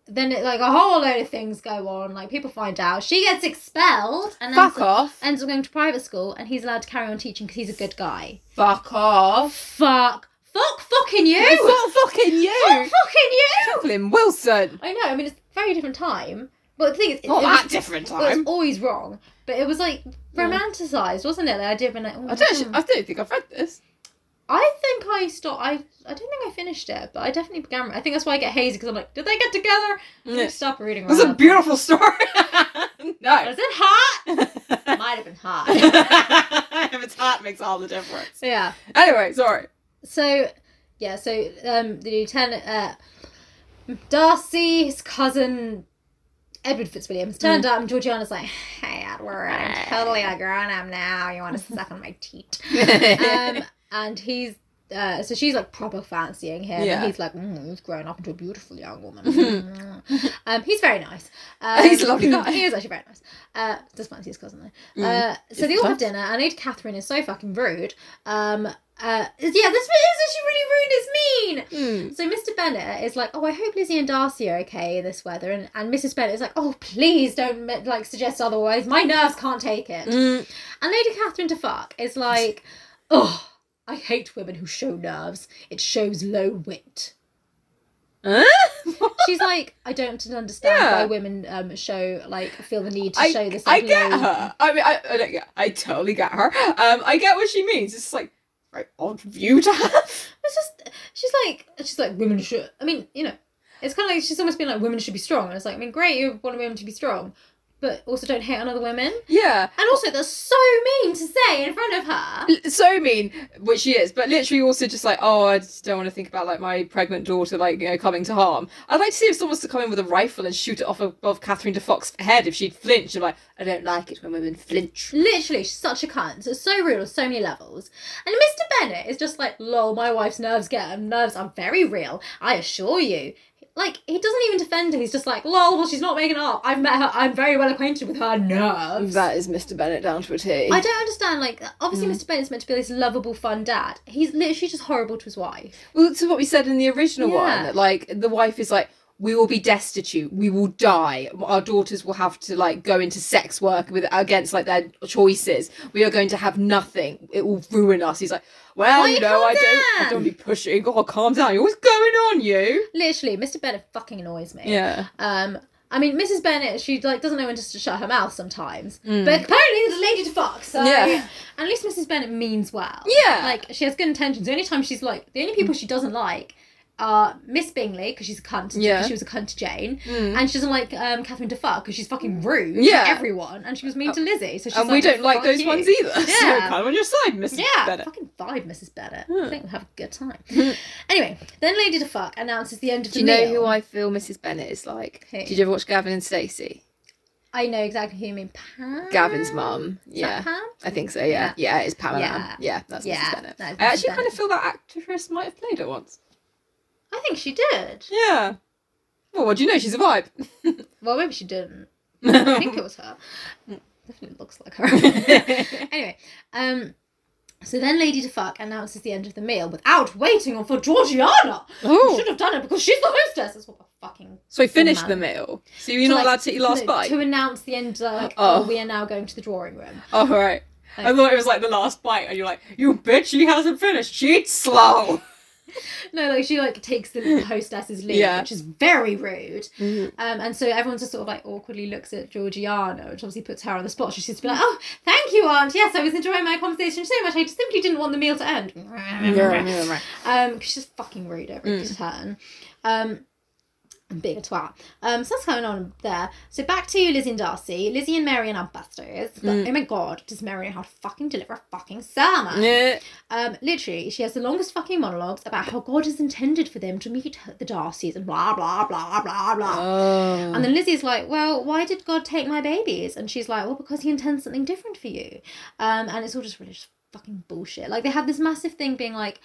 Speaker 2: then it, like a whole load of things go on. Like people find out she gets expelled and ends,
Speaker 3: Fuck
Speaker 2: up,
Speaker 3: off.
Speaker 2: ends up going to private school, and he's allowed to carry on teaching because he's a good guy.
Speaker 3: Fuck off.
Speaker 2: Fuck, fuck, fucking you,
Speaker 3: It's
Speaker 2: fuck,
Speaker 3: not Oh, fucking you.
Speaker 2: fucking you.
Speaker 3: Jacqueline Wilson.
Speaker 2: I know. I mean, it's a very different time, but the thing is, it-
Speaker 3: Not
Speaker 2: it was-
Speaker 3: that different
Speaker 2: well,
Speaker 3: time.
Speaker 2: it's always wrong, but it was like romanticized, wasn't it? The idea of being like, oh,
Speaker 3: I don't, actually- I don't think I've read this.
Speaker 2: I think I stopped. I I don't think I finished it, but I definitely began. I think that's why I get hazy because I'm like, did they get together? And I
Speaker 3: Yeah.
Speaker 2: Stop reading.
Speaker 3: It's a
Speaker 2: Rob.
Speaker 3: beautiful story.
Speaker 2: Was
Speaker 3: no.
Speaker 2: it hot? Might have been hot.
Speaker 3: if it's hot, it makes all the difference.
Speaker 2: yeah.
Speaker 3: Anyway, sorry.
Speaker 2: So, yeah. So um, the lieutenant, uh, Darcy, his cousin. Edward Fitzwilliam's turned up and Georgiana's like, Hey Edward, I'm totally a grown up now. You wanna suck on my teat. um, and he's uh, so she's like proper fancying him,
Speaker 3: Yeah.
Speaker 2: and he's like, mm, he's grown up into a beautiful young woman. Mm. um, he's very nice. Um,
Speaker 3: He's a lovely guy.
Speaker 2: He is actually very nice. Uh, does fancy his cousin though.
Speaker 3: Mm.
Speaker 2: Uh, so they
Speaker 3: It's
Speaker 2: all have
Speaker 3: tough.
Speaker 2: dinner, and Aunt Catherine is so fucking rude. Um, uh, yeah, this bit is actually really rude. It's mean.
Speaker 3: Hmm.
Speaker 2: So Mr. Bennett is like, oh, I hope Lizzie and Darcy are okay in this weather, and, and Mrs. Bennett is like, oh, please don't like suggest otherwise. My nerves can't take it.
Speaker 3: Mm.
Speaker 2: And Lady Catherine de Fuck is like, oh, I hate women who show nerves. It shows low wit.
Speaker 3: Huh?
Speaker 2: She's like, I don't understand
Speaker 3: Yeah.
Speaker 2: why women um, show like feel the need to
Speaker 3: I,
Speaker 2: show this.
Speaker 3: I
Speaker 2: Like,
Speaker 3: get
Speaker 2: low-
Speaker 3: her. I mean, I, I, don't get- I totally get her. Um, I get what she means. It's like very odd view to have.
Speaker 2: It's just she's like she's like women should. I mean, you know, it's kind of like she's almost been like women should be strong, and it's like I mean, great, you want women to be strong, but also don't hate on other women.
Speaker 3: Yeah,
Speaker 2: And also, that's so mean to say in front of her.
Speaker 3: L- so mean, which she is, but literally also just like, oh, I just don't want to think about like my pregnant daughter like you know coming to harm. I'd like to see if someone was to come in with a rifle and shoot it off above Catherine de Fox's head if she'd flinch. I'm like, I don't like it when women flinch.
Speaker 2: Literally, she's such a cunt. So, so rude on so many levels. And Mr. Bennett is just like, lol, my wife's nerves get her nerves are very real, I assure you. Like, he doesn't even defend her. He's just like, lol, well, she's not making it up. I've met her. I'm very well acquainted with her nerves.
Speaker 3: That is Mr. Bennett down to a T.
Speaker 2: I don't understand. Like, obviously, Mr. Bennett's meant to be this lovable, fun dad. He's literally just horrible to his wife.
Speaker 3: Well, to what we said in the original
Speaker 2: Yeah.
Speaker 3: one, that, like the wife is like, we will be destitute, we will die. Our daughters will have to like go into sex work with against like their choices. We are going to have nothing. It will ruin us. He's like, well,
Speaker 2: Why you
Speaker 3: you know,
Speaker 2: calm
Speaker 3: I don't, I
Speaker 2: down?
Speaker 3: don't be pushing. Oh, calm down. You're- What's going on, you?
Speaker 2: Literally, Mr. Bennett fucking annoys me.
Speaker 3: Yeah.
Speaker 2: Um, I mean, Mrs. Bennett, she like doesn't know when just to shut her mouth sometimes. But apparently, there's a lady to fuck. So
Speaker 3: Hmm. Yeah.
Speaker 2: at least Mrs. Bennett means well.
Speaker 3: Yeah.
Speaker 2: like she has good intentions. The only time she's like, the only people she doesn't like are Miss Bingley because she's a cunt.
Speaker 3: Yeah. Hmm.
Speaker 2: 'cause she was a cunt to Jane, and she doesn't like um, Catherine de Fuck because she's fucking rude
Speaker 3: Yeah. Uh,
Speaker 2: to everyone, and she was mean to Lizzie. So she's
Speaker 3: and we don't like
Speaker 2: "Fuck
Speaker 3: those
Speaker 2: you."
Speaker 3: ones either. So
Speaker 2: Yeah.
Speaker 3: kind of on your side, Mrs.
Speaker 2: Yeah,
Speaker 3: Bennett.
Speaker 2: fucking vibe, Mrs. Bennett. I
Speaker 3: Hmm.
Speaker 2: think we'll have a good time. anyway, then Lady de Fuck announces the end of
Speaker 3: Do
Speaker 2: the
Speaker 3: you know
Speaker 2: meal.
Speaker 3: who I feel Mrs. Bennett is like?
Speaker 2: Who?
Speaker 3: Did you ever watch Gavin and Stacey?
Speaker 2: I know exactly who you mean. Pam?
Speaker 3: Gavin's mum.
Speaker 2: Uh, Is that
Speaker 3: Yeah.
Speaker 2: Pam?
Speaker 3: I think so, yeah. Yeah, it's Pamela.
Speaker 2: Yeah.
Speaker 3: Yeah, yeah that's
Speaker 2: Yeah,
Speaker 3: Mrs. Bennett.
Speaker 2: that is
Speaker 3: I actually
Speaker 2: Mrs.
Speaker 3: kind of feel that actress might have played her once.
Speaker 2: I think she did.
Speaker 3: Yeah. Well, what do you know? She's a vibe.
Speaker 2: Well, maybe she didn't. I think it was her.
Speaker 3: Mm.
Speaker 2: Definitely looks like her.
Speaker 3: yeah.
Speaker 2: anyway, um, so then Lady de Fuck announces the end of the meal without waiting on for Georgiana.
Speaker 3: Oh.
Speaker 2: You should have done it because she's the hostess. That's what the fucking.
Speaker 3: So we finished
Speaker 2: man.
Speaker 3: the meal. So you're
Speaker 2: to,
Speaker 3: not
Speaker 2: like,
Speaker 3: allowed to eat your last
Speaker 2: no,
Speaker 3: bite.
Speaker 2: to announce the end. Like, oh.
Speaker 3: Oh.
Speaker 2: we are now going to the drawing room.
Speaker 3: Oh, right. I
Speaker 2: Like-
Speaker 3: thought it was like the last bite, and you're like, "You bitch, she hasn't finished. She eats slow."
Speaker 2: No, like she like takes the hostess's lead,
Speaker 3: Yeah.
Speaker 2: which is very rude.
Speaker 3: Mhm.
Speaker 2: Um, and so everyone just sort of like awkwardly looks at Georgiana, which obviously puts her on the spot. She seems to be like, "Oh, thank you, Aunt. Yes, I was enjoying my conversation so much. I just simply didn't want the meal to end." Um, 'cause she's just fucking rude every
Speaker 3: Mm.
Speaker 2: turn. Um, and being a twat. Um, so that's going on there. So back to Lizzie and Darcy. Lizzie and Marion are busters. But oh my god, does Marion know how to fucking deliver a fucking sermon?
Speaker 3: Mm. Yeah.
Speaker 2: Um, literally, she has the longest fucking monologues about how God has intended for them to meet her- the Darcys and blah blah blah blah blah.
Speaker 3: Oh.
Speaker 2: And then Lizzie's like, "Well, why did God take my babies?" And she's like, "Well, because He intends something different for you." Um, and it's all just really just fucking bullshit. Like they have this massive thing being like,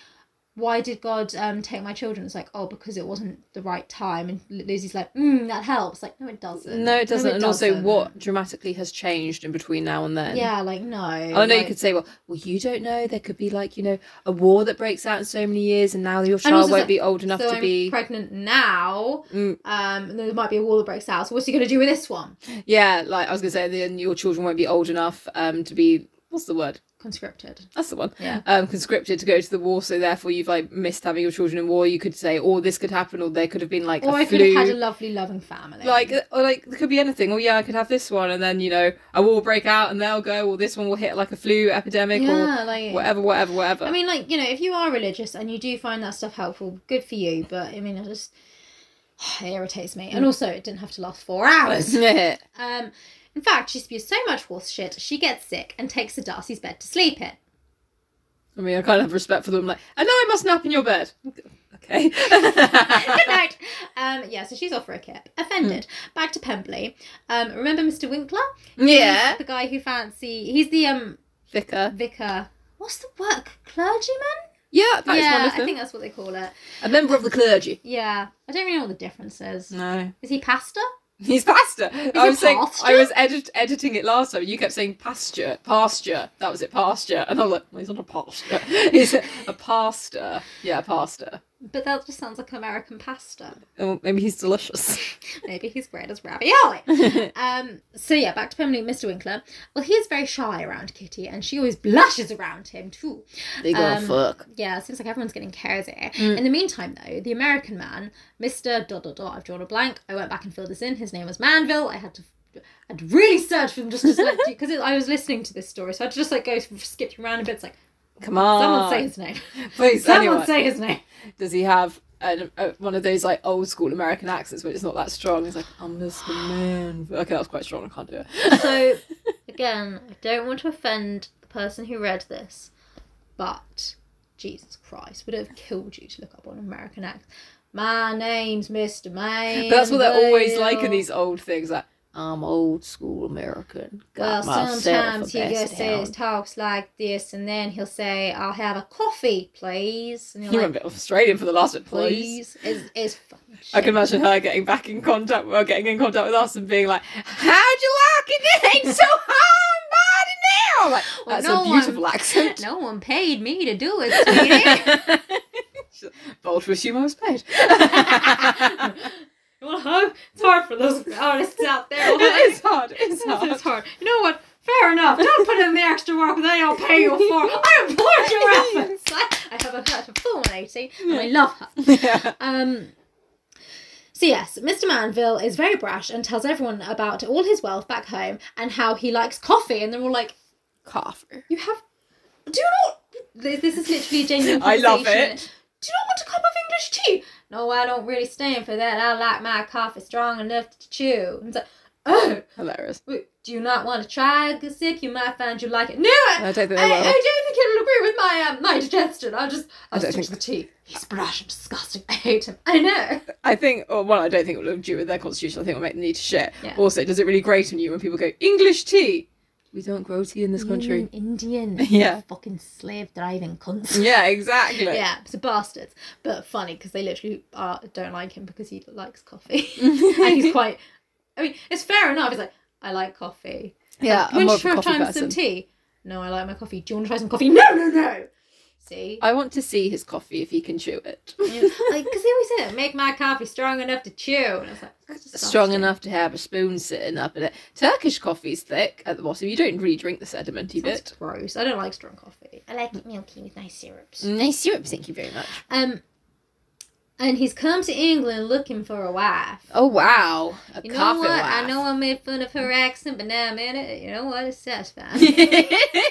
Speaker 2: "Why did God um take my children?" It's like, "Oh, because it wasn't the right time." And Li- Lizzie's like, mm, "That helps." Like, no, it doesn't.
Speaker 3: No, it doesn't. and also,
Speaker 2: doesn't.
Speaker 3: what dramatically has changed in between now and then?
Speaker 2: Yeah, like no. I
Speaker 3: Oh no, you could say, well, well, you don't know. There could be like you know a war that breaks out in so many years, and now your
Speaker 2: also
Speaker 3: child
Speaker 2: it's
Speaker 3: won't
Speaker 2: like,
Speaker 3: be old enough
Speaker 2: so
Speaker 3: to
Speaker 2: I'm
Speaker 3: be.
Speaker 2: pregnant now.
Speaker 3: Mm.
Speaker 2: Um, and there might be a war that breaks out. So what's he going to do with this one?
Speaker 3: yeah, like I was gonna say, then your children won't be old enough um to be what's the word?
Speaker 2: conscripted.
Speaker 3: That's the one.
Speaker 2: Yeah.
Speaker 3: Um, conscripted to go to the war, so therefore you've like missed having your children in war. You could say, or this could happen, or there could have been like
Speaker 2: Or
Speaker 3: a
Speaker 2: I could
Speaker 3: flu.
Speaker 2: have had a lovely, loving family.
Speaker 3: like uh, or like there could be anything. Oh yeah, I could have this one, and then you know a war will break out, and they'll go. Or this one will hit like a flu epidemic,
Speaker 2: yeah, like
Speaker 3: or whatever, whatever, whatever.
Speaker 2: I mean, like you know, if you are religious and you do find that stuff helpful, good for you. But I mean, it just it irritates me.
Speaker 3: Mm.
Speaker 2: And also, it didn't have to last four hours.
Speaker 3: yeah.
Speaker 2: Um, in fact, she spews so much horse shit, she gets sick and takes to Darcy's bed to sleep in.
Speaker 3: I mean, I kind of have respect for them. Like, and now I must nap in your bed. Okay.
Speaker 2: Good night. Um, yeah, so she's off for a kip. Offended.
Speaker 3: Mm.
Speaker 2: Back to Pembley. Um, remember Mr. Winkler?
Speaker 3: yeah.
Speaker 2: The guy who fancy. He's the um
Speaker 3: Vicar.
Speaker 2: vicar. What's the work? Clergyman?
Speaker 3: Yeah, that is one
Speaker 2: yeah,
Speaker 3: of
Speaker 2: I
Speaker 3: them.
Speaker 2: think that's what they call it.
Speaker 3: A member of the clergy.
Speaker 2: Yeah, I don't really know what the difference is.
Speaker 3: No.
Speaker 2: Is he pastor?
Speaker 3: He's pastor. I
Speaker 2: it
Speaker 3: was saying
Speaker 2: pasture?
Speaker 3: I was edit- editing it last time. You kept saying pasture, pasture. That was it, pasture. And I'm like, well, he's not a pasture. He's a, a pastor. Yeah, a pastor.
Speaker 2: But that just sounds like an American pastor.
Speaker 3: Oh, maybe he's delicious.
Speaker 2: Maybe he's great as ravioli. um, so yeah, back to Pemberley, Mr. Winkler. Well, he is very shy around Kitty, and she always blushes around him too.
Speaker 3: They
Speaker 2: gonna Um,
Speaker 3: fuck.
Speaker 2: Yeah, seems like everyone's getting cozy. In the meantime, though, the American man, Mr. Dot dot dot, I've drawn a blank. I went back and filled this in. His name was Manville. I had to. I'd really search for him just to like because I was listening to this story, so I had to just like go skip around a bit. It's like
Speaker 3: Come on.
Speaker 2: someone say his name.
Speaker 3: Please,
Speaker 2: Someone
Speaker 3: anyone.
Speaker 2: say his name.
Speaker 3: Does he have an, a, one of those like old school American accents where it's not that strong? It's like, I'm Mr. Man. Okay, that was quite strong. I can't do it.
Speaker 2: So, again, I don't want to offend the person who read this, but Jesus Christ, would it have killed you to look up on American accent? My name's Mr. May.
Speaker 3: But that's what they're always like in these old things. Like, I'm old school American.
Speaker 2: Well,
Speaker 3: Got myself
Speaker 2: sometimes
Speaker 3: a
Speaker 2: he
Speaker 3: best
Speaker 2: just says
Speaker 3: down.
Speaker 2: talks like this, and then he'll say, "I'll have a coffee, please." And
Speaker 3: You
Speaker 2: you're
Speaker 3: went
Speaker 2: like,
Speaker 3: a bit Australian for the last bit, please.
Speaker 2: "Please," it's, it's fucking
Speaker 3: I can
Speaker 2: shit.
Speaker 3: imagine her getting back in contact, well, getting in contact with us and being like, "How'd you like it? It ain't so hard, buddy now." Like
Speaker 2: Well,
Speaker 3: that's
Speaker 2: no
Speaker 3: a beautiful
Speaker 2: one-
Speaker 3: accent.
Speaker 2: No one paid me to do it, sweetie.
Speaker 3: Bold to assume I was paid.
Speaker 2: well, huh? it's hard for those artists out there.
Speaker 3: it is hard. It is
Speaker 2: This is
Speaker 3: hard.
Speaker 2: hard. You know what? Fair enough. Don't put in the extra work that I'll pay you for. I applaud your efforts. I, I have a heart of full 180 and I love her.
Speaker 3: Yeah.
Speaker 2: Um, so yes, Mr. Manville is very brash and tells everyone about all his wealth back home and how he likes coffee. And they're all like,
Speaker 3: Coffee.
Speaker 2: "You have, do you not? This, this is literally a genuine
Speaker 3: I love
Speaker 2: conversation.
Speaker 3: it.
Speaker 2: Do you not want a cup of English tea? No, I don't really stand for that. I like my coffee strong enough to chew. And it's like, oh,
Speaker 3: Hilarious.
Speaker 2: Wait, do you not want to try a sip? You might find you like it. No, I,
Speaker 3: I don't think
Speaker 2: I,
Speaker 3: they will.
Speaker 2: I don't think it'll agree with my um, my digestion. I'll just I'll
Speaker 3: I don't
Speaker 2: stick to the
Speaker 3: think-
Speaker 2: tea. He's brash and disgusting. I hate him. I know.
Speaker 3: I think, or well, I don't think it will do with their constitution. I think it will make them need to shit.
Speaker 2: Yeah.
Speaker 3: Also, does it really grate on you when people go English tea? We don't grow tea in this country.
Speaker 2: Indian.
Speaker 3: Yeah.
Speaker 2: Fucking slave driving cunts.
Speaker 3: Mm. Yeah, exactly.
Speaker 2: Yeah, so bastards. But funny because they literally are, don't like him because he likes coffee. and he's quite. I mean, it's fair enough. He's like, I like coffee.
Speaker 3: Yeah,
Speaker 2: Do you
Speaker 3: I'm more
Speaker 2: want
Speaker 3: of
Speaker 2: to
Speaker 3: a
Speaker 2: try
Speaker 3: coffee
Speaker 2: try
Speaker 3: person.
Speaker 2: some tea? No, I like my coffee. Do you want to try some coffee? No, no, no. See,
Speaker 3: I want to see his coffee if he can chew it.
Speaker 2: Yeah, like because they always say that, make my coffee strong enough to chew and i was like that's disgusting.
Speaker 3: Strong enough to have a spoon sitting up in it. Turkish coffee's thick at the bottom. You don't really drink the sedimenty
Speaker 2: that's
Speaker 3: bit.
Speaker 2: gross i don't like strong coffee i like it milky with nice syrups
Speaker 3: Nice syrup, thank you very much.
Speaker 2: um and he's come to england looking for a wife
Speaker 3: Oh wow, a
Speaker 2: you know
Speaker 3: coffee
Speaker 2: what
Speaker 3: laugh.
Speaker 2: i know i made fun of her accent but now i'm in it you know what it's satisfying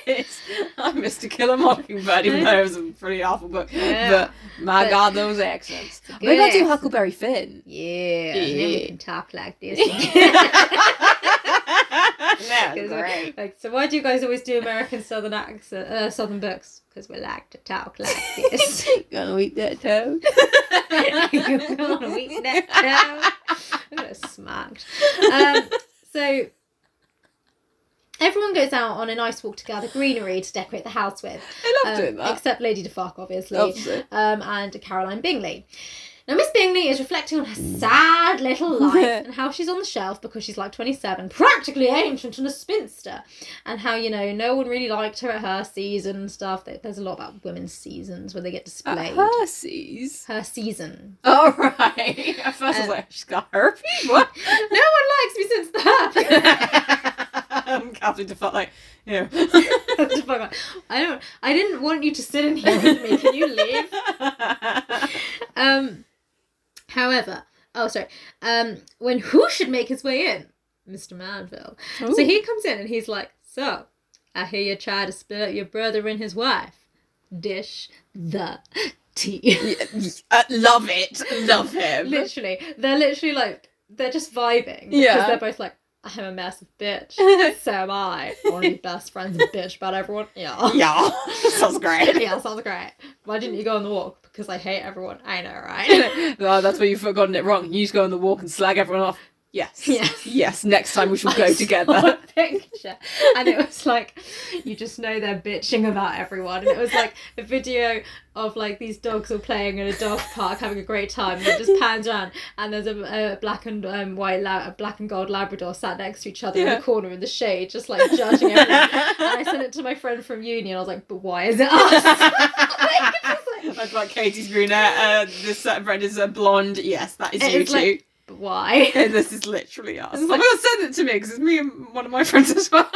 Speaker 3: Yes. I missed a killer mockingbird, even though it was a pretty awful book.
Speaker 2: Yeah.
Speaker 3: But my
Speaker 2: But-
Speaker 3: god, those accents.
Speaker 2: a
Speaker 3: Maybe I'll
Speaker 2: good
Speaker 3: do
Speaker 2: accent.
Speaker 3: Huckleberry Finn.
Speaker 2: yeah, and then we
Speaker 3: Yeah.
Speaker 2: can talk like this
Speaker 3: That's
Speaker 2: 'Cause we're- like so why do you guys always do american southern accent uh, southern books because we like to talk like this
Speaker 3: Gonna eat that toad.
Speaker 2: You're gonna eat that toe. I'm gonna smacked. Um, so everyone goes out on a nice walk to gather greenery to decorate the house with,
Speaker 3: I love
Speaker 2: um,
Speaker 3: doing that.
Speaker 2: except Lady DeFark, obviously,
Speaker 3: Loves it.
Speaker 2: um, and Caroline Bingley. Now, Miss Bingley is reflecting on her sad little life and how she's on the shelf because she's like 27, practically ancient and a spinster, and how, you know, no one really liked her at her season and stuff. There- There's a lot about women's seasons where they get displayed.
Speaker 3: At Hershey's.
Speaker 2: her season,
Speaker 3: All right. At first, I was
Speaker 2: Um,
Speaker 3: like, she's got herpes. What?
Speaker 2: no one likes me since that.
Speaker 3: um, Catherine DeFart, like, you know.
Speaker 2: to fuck off. I don't. I didn't want you to sit in here with me. Can you leave? Um, however, oh sorry. Um, when who should make his way in? Mr. Manville. So he comes in and he's like, "So, I hear you try to split up your brother and his wife. Dish the tea."
Speaker 3: Uh, love it. Love him.
Speaker 2: literally, they're literally like they're just vibing.
Speaker 3: Yeah.
Speaker 2: because they're both like. I'm a massive bitch. so am I. One of your best friends, a bitch about everyone. Yeah.
Speaker 3: Yeah. Sounds great.
Speaker 2: yeah, sounds great. Why didn't you go on the walk? Because I hate everyone. I know, right?
Speaker 3: oh, that's where you've forgotten it wrong. You just go on the walk and slag everyone off. Yes.
Speaker 2: Yes.
Speaker 3: Yes. Next time we shall
Speaker 2: I
Speaker 3: go
Speaker 2: saw
Speaker 3: together.
Speaker 2: a picture, and it was like, you just know they're bitching about everyone, and it was like a video of like these dogs all playing in a dog park, having a great time. And it just pans around, and there's a, a black and um, white, la- a black and gold Labrador sat next to each other in
Speaker 3: Yeah.
Speaker 2: the corner in the shade, just like judging everyone. and I sent it to my friend from uni, and I was like, but why is it us?
Speaker 3: I've got Katie's brunette, uh, this uh, friend is a blonde. Yes, that is
Speaker 2: It
Speaker 3: you
Speaker 2: was
Speaker 3: two.
Speaker 2: like- But why?
Speaker 3: And this is literally us.
Speaker 2: It's
Speaker 3: Someone
Speaker 2: like-
Speaker 3: else sent it to me because it's me and one of my friends as well.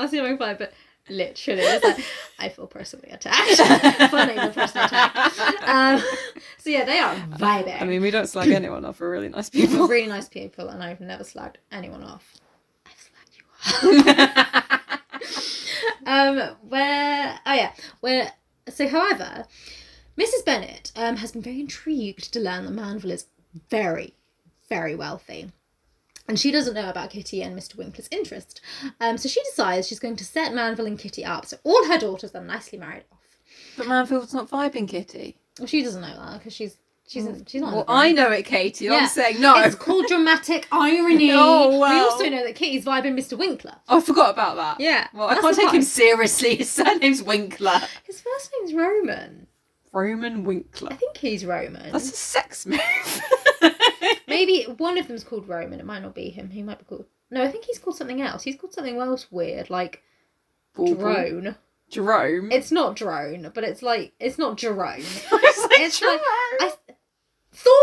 Speaker 2: I'll see if I can find it, but literally, it's like, I feel personally attacked. Funny, the personal attack. Um, so yeah, they are vibing.
Speaker 3: I mean, we don't slag anyone off. We're really nice
Speaker 2: We're
Speaker 3: people.
Speaker 2: really nice people, and I've never slagged anyone off. I've slagged you off. Um, where? Oh yeah, where? So, however, Mrs. Bennet um, has been very intrigued to learn that Manville is very, very wealthy. And she doesn't know about Kitty and Mr. Winkler's interest. Um, so she decides she's going to set Manville and Kitty up. So all her daughters are nicely married off.
Speaker 3: but Manfield's not vibing, Kitty.
Speaker 2: Well, she doesn't know that because she's she's she's not. in
Speaker 3: Well,
Speaker 2: the
Speaker 3: I know it, Katie.
Speaker 2: Yeah.
Speaker 3: I'm saying no.
Speaker 2: It's called dramatic irony.
Speaker 3: Oh,
Speaker 2: We
Speaker 3: well.
Speaker 2: also know that Kitty's vibing Mr. Winkler.
Speaker 3: Oh, I forgot about that.
Speaker 2: Yeah.
Speaker 3: Well, I
Speaker 2: That's
Speaker 3: can't
Speaker 2: the
Speaker 3: take him
Speaker 2: vibe.
Speaker 3: seriously. His surname's Winkler.
Speaker 2: His first name's Roman.
Speaker 3: Roman
Speaker 2: I
Speaker 3: Winkler.
Speaker 2: think he's Roman.
Speaker 3: That's a sex move.
Speaker 2: Maybe one of them's called Roman. It might not be him. He might be called. No, I think he's called something else. He's called something else weird, like
Speaker 3: Bauble.
Speaker 2: drone.
Speaker 3: Jerome.
Speaker 2: It's not drone, but it's like it's not Jerome.
Speaker 3: it's
Speaker 2: it's like-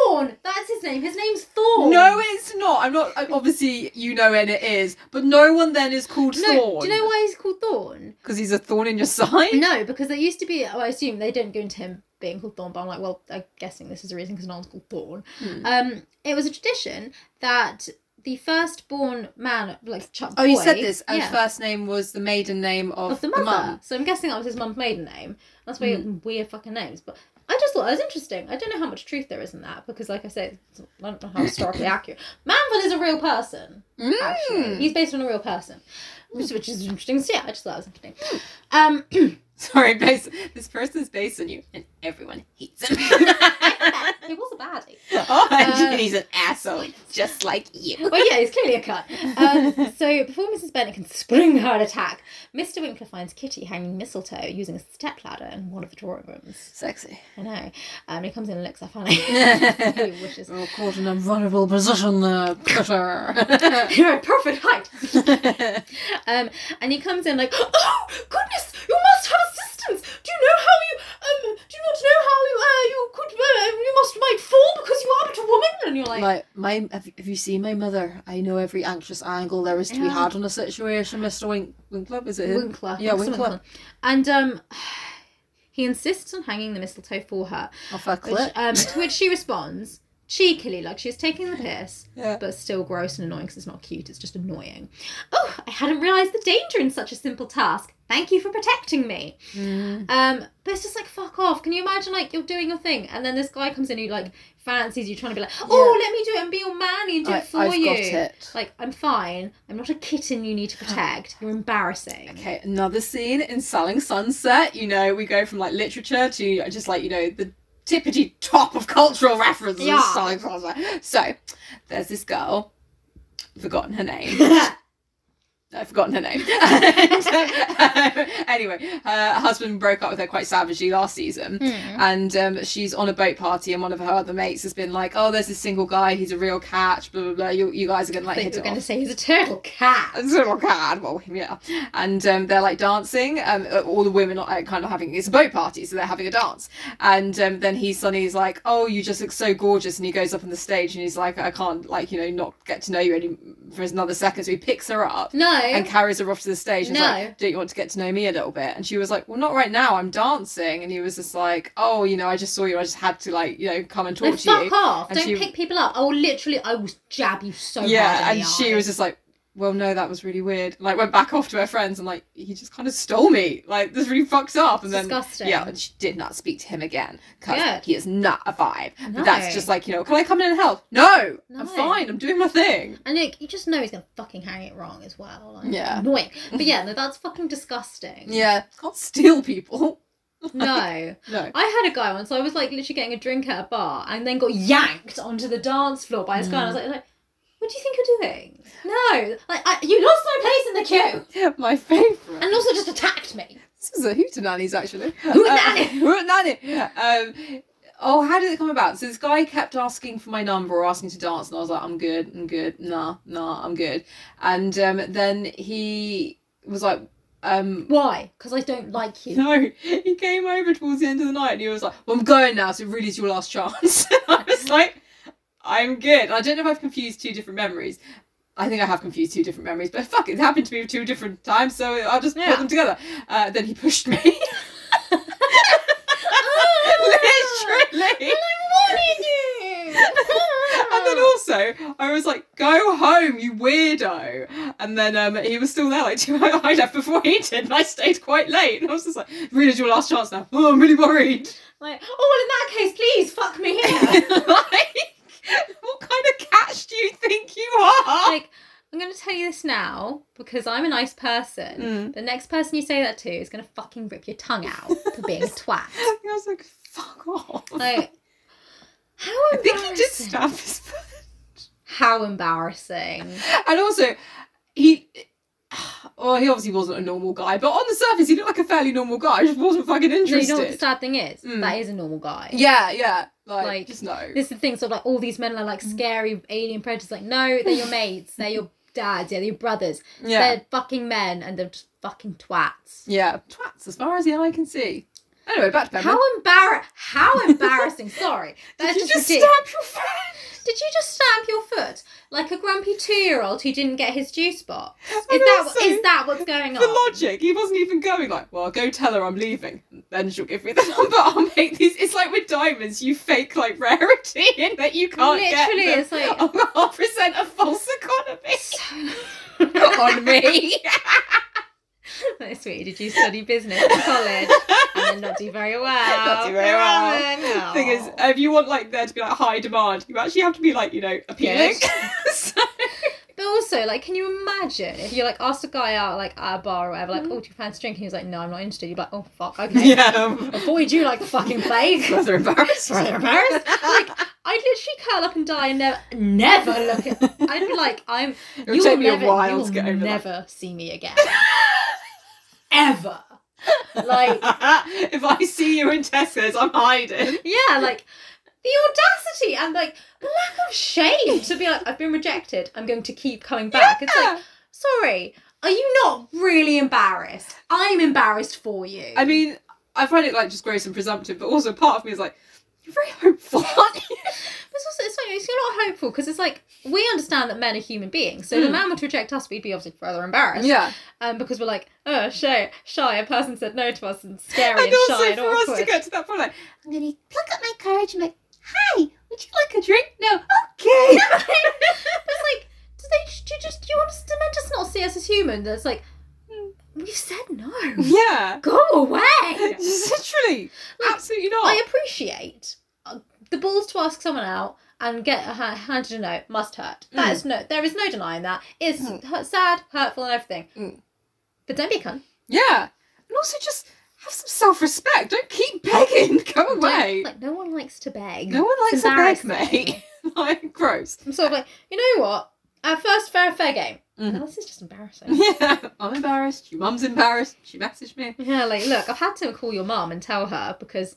Speaker 2: Thorn. That's his name. His name's Thorn.
Speaker 3: No, it's not. I'm not. i obviously, you know, and it is. But no one then is called
Speaker 2: No,
Speaker 3: Thorn.
Speaker 2: Do you know why he's called Thorn?
Speaker 3: Because he's a thorn in your side.
Speaker 2: No, because there used to be. I assume they don't go into him being called Thorn, but I'm like, well, I'm guessing this is the reason because no one's called Thorn.
Speaker 3: Hmm.
Speaker 2: Um, it was a tradition that the firstborn man, like Chuck.
Speaker 3: Oh, you
Speaker 2: boy-
Speaker 3: said this, and
Speaker 2: yeah.
Speaker 3: first name was the Hmm. maiden name of,
Speaker 2: of the mother. So I'm guessing that was his mum's maiden name. That's why weird fucking names. But I just thought that was interesting. I don't know how much truth there is in that because, like I say, it's- I don't know how historically accurate. Manville is a real person.
Speaker 3: Mm.
Speaker 2: Actually, he's based on a real person, which, which is interesting. So yeah, I just thought that was interesting.
Speaker 3: Hmm.
Speaker 2: Um,
Speaker 3: Sorry, base, this person's based on you, and everyone hates him.
Speaker 2: he was a baddie.
Speaker 3: oh, and
Speaker 2: Uh,
Speaker 3: he's an asshole, just like you.
Speaker 2: Well, yeah, he's clearly a cunt. Um, so before Mrs. Bennet can spring her attack, Mr. Winkler finds Kitty hanging mistletoe using a stepladder in one of the drawing rooms.
Speaker 3: Sexy.
Speaker 2: I know. Um, he comes in and looks at funny. he wishes
Speaker 3: You're caught in a vulnerable position there, Peter.
Speaker 2: You're at perfect height. Um, and he comes in like, oh goodness, you must have assistance. Do you know how you um? Do you not know how you uh, you could uh, you must might fall because you are but a woman? And you're like,
Speaker 3: my, my, have, have you seen my mother? I know every anxious angle there is to be
Speaker 2: Yeah.
Speaker 3: had on a situation, Mr. Wink, Winkler, is it him?
Speaker 2: Winkler.
Speaker 3: Uh, Yeah,
Speaker 2: Winkler,
Speaker 3: Winkler.
Speaker 2: And um, he insists on hanging the mistletoe for her,
Speaker 3: Off her
Speaker 2: which,
Speaker 3: clip.
Speaker 2: um, to which she responds cheekily, like she's taking the piss,
Speaker 3: Yeah.
Speaker 2: but still gross and annoying because it's not cute. It's just annoying. Oh, I hadn't realised the danger in such a simple task. Thank you for protecting me.
Speaker 3: Mm.
Speaker 2: Um, but it's just like fuck off. Can you imagine like you're doing your thing and then this guy comes in who like fancies you trying to be like, oh, let me do it and be all manly and do
Speaker 3: I,
Speaker 2: it for
Speaker 3: I've
Speaker 2: you.
Speaker 3: got it.
Speaker 2: Like I'm fine. I'm not a kitten you need to protect. You're embarrassing.
Speaker 3: Okay, another scene in Selling Sunset. You know, we go from like literature to just like, you know, the tippity top of cultural references.
Speaker 2: Yeah.
Speaker 3: Selling Sunset. So, there's this girl, forgotten her name. I've forgotten her name. And, um, anyway, her husband broke up with her quite savagely last season.
Speaker 2: Hmm.
Speaker 3: And um, she's on a boat party, and one of her other mates has been like, Oh, there's this single guy, he's a real catch, blah, blah, blah. You, you guys are going to
Speaker 2: I
Speaker 3: like
Speaker 2: think
Speaker 3: hit
Speaker 2: you're
Speaker 3: it off.
Speaker 2: going to say he's a turtle cat.
Speaker 3: And so, like, ah, well, yeah. And um, they're like dancing. Um, all the women are like, kind of having it's a boat party, so they're having a dance. And um, then he suddenly is like, "Oh, you just look so gorgeous," and he goes up on the stage and he's like, "I can't like you know not get to know you any for another second." So he picks her up.
Speaker 2: No,
Speaker 3: and carries her off to the stage and is
Speaker 2: No.
Speaker 3: like, Don't you want to get to know me a little bit? And she was like, Well, not right now, I'm dancing. And he was just like, Oh, you know, I just saw you, I just had to, like, you know, come and talk
Speaker 2: No,
Speaker 3: to you.
Speaker 2: fuck off!
Speaker 3: And
Speaker 2: Don't
Speaker 3: she-
Speaker 2: pick people up. I will literally, I will jab you so
Speaker 3: yeah,
Speaker 2: hard. in
Speaker 3: and
Speaker 2: the
Speaker 3: she
Speaker 2: eye.
Speaker 3: was just like, Well, no, that was really weird. Like, went back off to her friends and, like, He just kind of stole me. Like, this really fucks up. And then,
Speaker 2: disgusting.
Speaker 3: yeah, and she did not speak to him again because
Speaker 2: Good.
Speaker 3: he is not a vibe.
Speaker 2: No.
Speaker 3: But that's just like, you know, Can I come in and help? No,
Speaker 2: No.
Speaker 3: I'm fine, I'm doing my thing.
Speaker 2: And like you just know he's gonna fucking hang it wrong as well. Like,
Speaker 3: Yeah.
Speaker 2: Annoying. But yeah, no, that's fucking disgusting.
Speaker 3: Yeah, can't steal people.
Speaker 2: No.
Speaker 3: No.
Speaker 2: I had a guy once, I was like literally getting a drink at a bar and then got yanked onto the dance floor by this guy and I was like, like, what do you think you're doing? No. Like I, you lost my place in the queue.
Speaker 3: My favourite.
Speaker 2: And also just attacked me.
Speaker 3: This is a hootenannies, actually.
Speaker 2: Hootenanny!
Speaker 3: Uh, hootenanny! Um, oh, how did it come about? So this guy kept asking for my number or asking to dance, and I was like, I'm good, I'm good, nah, nah, I'm good. And um, then he was like, um,
Speaker 2: Why? Because I don't like you.
Speaker 3: no, he came over towards the end of the night and he was like, Well, I'm going now, so it really is your last chance. And I was like, I'm good. I don't know if I've confused two different memories. I think I have confused two different memories, but fuck, it happened to me two different times, so I'll just
Speaker 2: Yeah.
Speaker 3: put them together. Uh, then he pushed me. Literally.
Speaker 2: wanted
Speaker 3: and then also, I was like, "Go home, you weirdo!" And then um, he was still there. Like, two, I left before he did, and I stayed quite late. And I was just like, "Really, is your last chance now?" Oh, I'm really worried.
Speaker 2: Like, oh well in that case, please fuck me here.
Speaker 3: like, what kind of catch do you think you are?
Speaker 2: like I'm gonna tell you this now because I'm a nice person.
Speaker 3: Mm.
Speaker 2: The next person you say that to is gonna fucking rip your tongue out for being a twat.
Speaker 3: I was like, "Fuck off."
Speaker 2: Like, how
Speaker 3: I think
Speaker 2: embarrassing!
Speaker 3: he did stab his foot.
Speaker 2: How embarrassing!
Speaker 3: And also, he. Well, he obviously wasn't a normal guy, but on the surface, he looked like a fairly normal guy. I just wasn't fucking
Speaker 2: No,
Speaker 3: interested.
Speaker 2: you know what the sad thing is?
Speaker 3: Mm.
Speaker 2: That is a normal guy.
Speaker 3: Yeah, yeah. Like,
Speaker 2: Like,
Speaker 3: just no.
Speaker 2: This is the thing. So like, all these men are
Speaker 3: Mm.
Speaker 2: like scary alien predators. Like, no, they're your mates. They're your dads. Yeah, they're your brothers.
Speaker 3: yeah.
Speaker 2: They're fucking men, and they're just fucking twats.
Speaker 3: Yeah. Twats, as far as the eye can see. Anyway, back to Pembroke.
Speaker 2: How embar how embarrassing! Sorry, that's
Speaker 3: Did you just
Speaker 2: ridiculous.
Speaker 3: stab your friend?
Speaker 2: Did you just stamp your foot like a grumpy two-year-old who didn't get his juice box? Is
Speaker 3: And
Speaker 2: that
Speaker 3: also,
Speaker 2: is that what's going
Speaker 3: The
Speaker 2: on?
Speaker 3: logic, he wasn't even going like, well, go tell her I'm leaving. Then she'll give me the number. I'll make these. It's like with diamonds, you fake like rarity and that you can't
Speaker 2: Literally,
Speaker 3: get them.
Speaker 2: it's like-
Speaker 3: I'm gonna present a false economy on me.
Speaker 2: That's sweet. Did you study business in college and then not do very well?
Speaker 3: Not do very
Speaker 2: Come
Speaker 3: well.
Speaker 2: on then. Oh.
Speaker 3: Thing is, uh, if you want like there to be like high demand, you actually have to be like you know appealing. so,
Speaker 2: but also, like, can you imagine if you like asked a guy out like at a bar or whatever, like, oh, do you fancy drinking? He was like, no, I'm not interested. You'd be like, oh, fuck, okay.
Speaker 3: Mm-hmm. yeah,
Speaker 2: Avoid you like the fucking plague.
Speaker 3: rather embarrassed.
Speaker 2: Rather embarrassed. like, I'd literally curl up and die and never, never look at. I'd be like, I'm.
Speaker 3: It would
Speaker 2: you
Speaker 3: take
Speaker 2: will
Speaker 3: me a
Speaker 2: never,
Speaker 3: while
Speaker 2: you
Speaker 3: to
Speaker 2: will
Speaker 3: get over that.
Speaker 2: Never see me again. Ever. Like,
Speaker 3: if I see you in Tesco's, I'm hiding.
Speaker 2: yeah, like the audacity and like the lack of shame to be like, I've been rejected. I'm going to keep coming back. It's like, sorry, are you not really embarrassed? I'm embarrassed for you.
Speaker 3: I mean, I find it like just gross and presumptive, but also part of me is like, you're very hopeful, aren't you?
Speaker 2: It's also it's funny, it's you're not hopeful because it's like we understand that men are human beings, so if a
Speaker 3: Mm.
Speaker 2: man were to reject us, we'd be obviously rather embarrassed. Um, because we're like, oh, shy, shy, a person said no to us and scary and,
Speaker 3: and also
Speaker 2: shy and
Speaker 3: for us to
Speaker 2: awkward.
Speaker 3: get to that point, like, I'm gonna pluck up my courage and like, hi, would you like a drink? No, okay.
Speaker 2: It's like, do they? Do you just? Do you want us to men just not see us as human? That's like, we've said no.
Speaker 3: yeah,
Speaker 2: Go away.
Speaker 3: just literally,
Speaker 2: Like,
Speaker 3: absolutely not.
Speaker 2: I appreciate uh, the balls to ask someone out and get a ha- handed a note must hurt. That
Speaker 3: Mm.
Speaker 2: is no, there is no denying that. It's
Speaker 3: Mm.
Speaker 2: hu- sad, hurtful, and everything.
Speaker 3: Mm.
Speaker 2: But don't be a cunt.
Speaker 3: yeah, and also just have some self-respect. Don't keep begging. Go
Speaker 2: Don't-
Speaker 3: away.
Speaker 2: Like no one likes to beg.
Speaker 3: no one likes
Speaker 2: It's
Speaker 3: a beg,
Speaker 2: embarrassing.
Speaker 3: mate. like, gross.
Speaker 2: I'm sort of like, you know what? At first, fair fair game.
Speaker 3: Mhm.
Speaker 2: Oh, this is just embarrassing.
Speaker 3: Yeah, I'm embarrassed. Your mum's embarrassed. She messaged me.
Speaker 2: yeah, like look, I've had to call your mum and tell her because,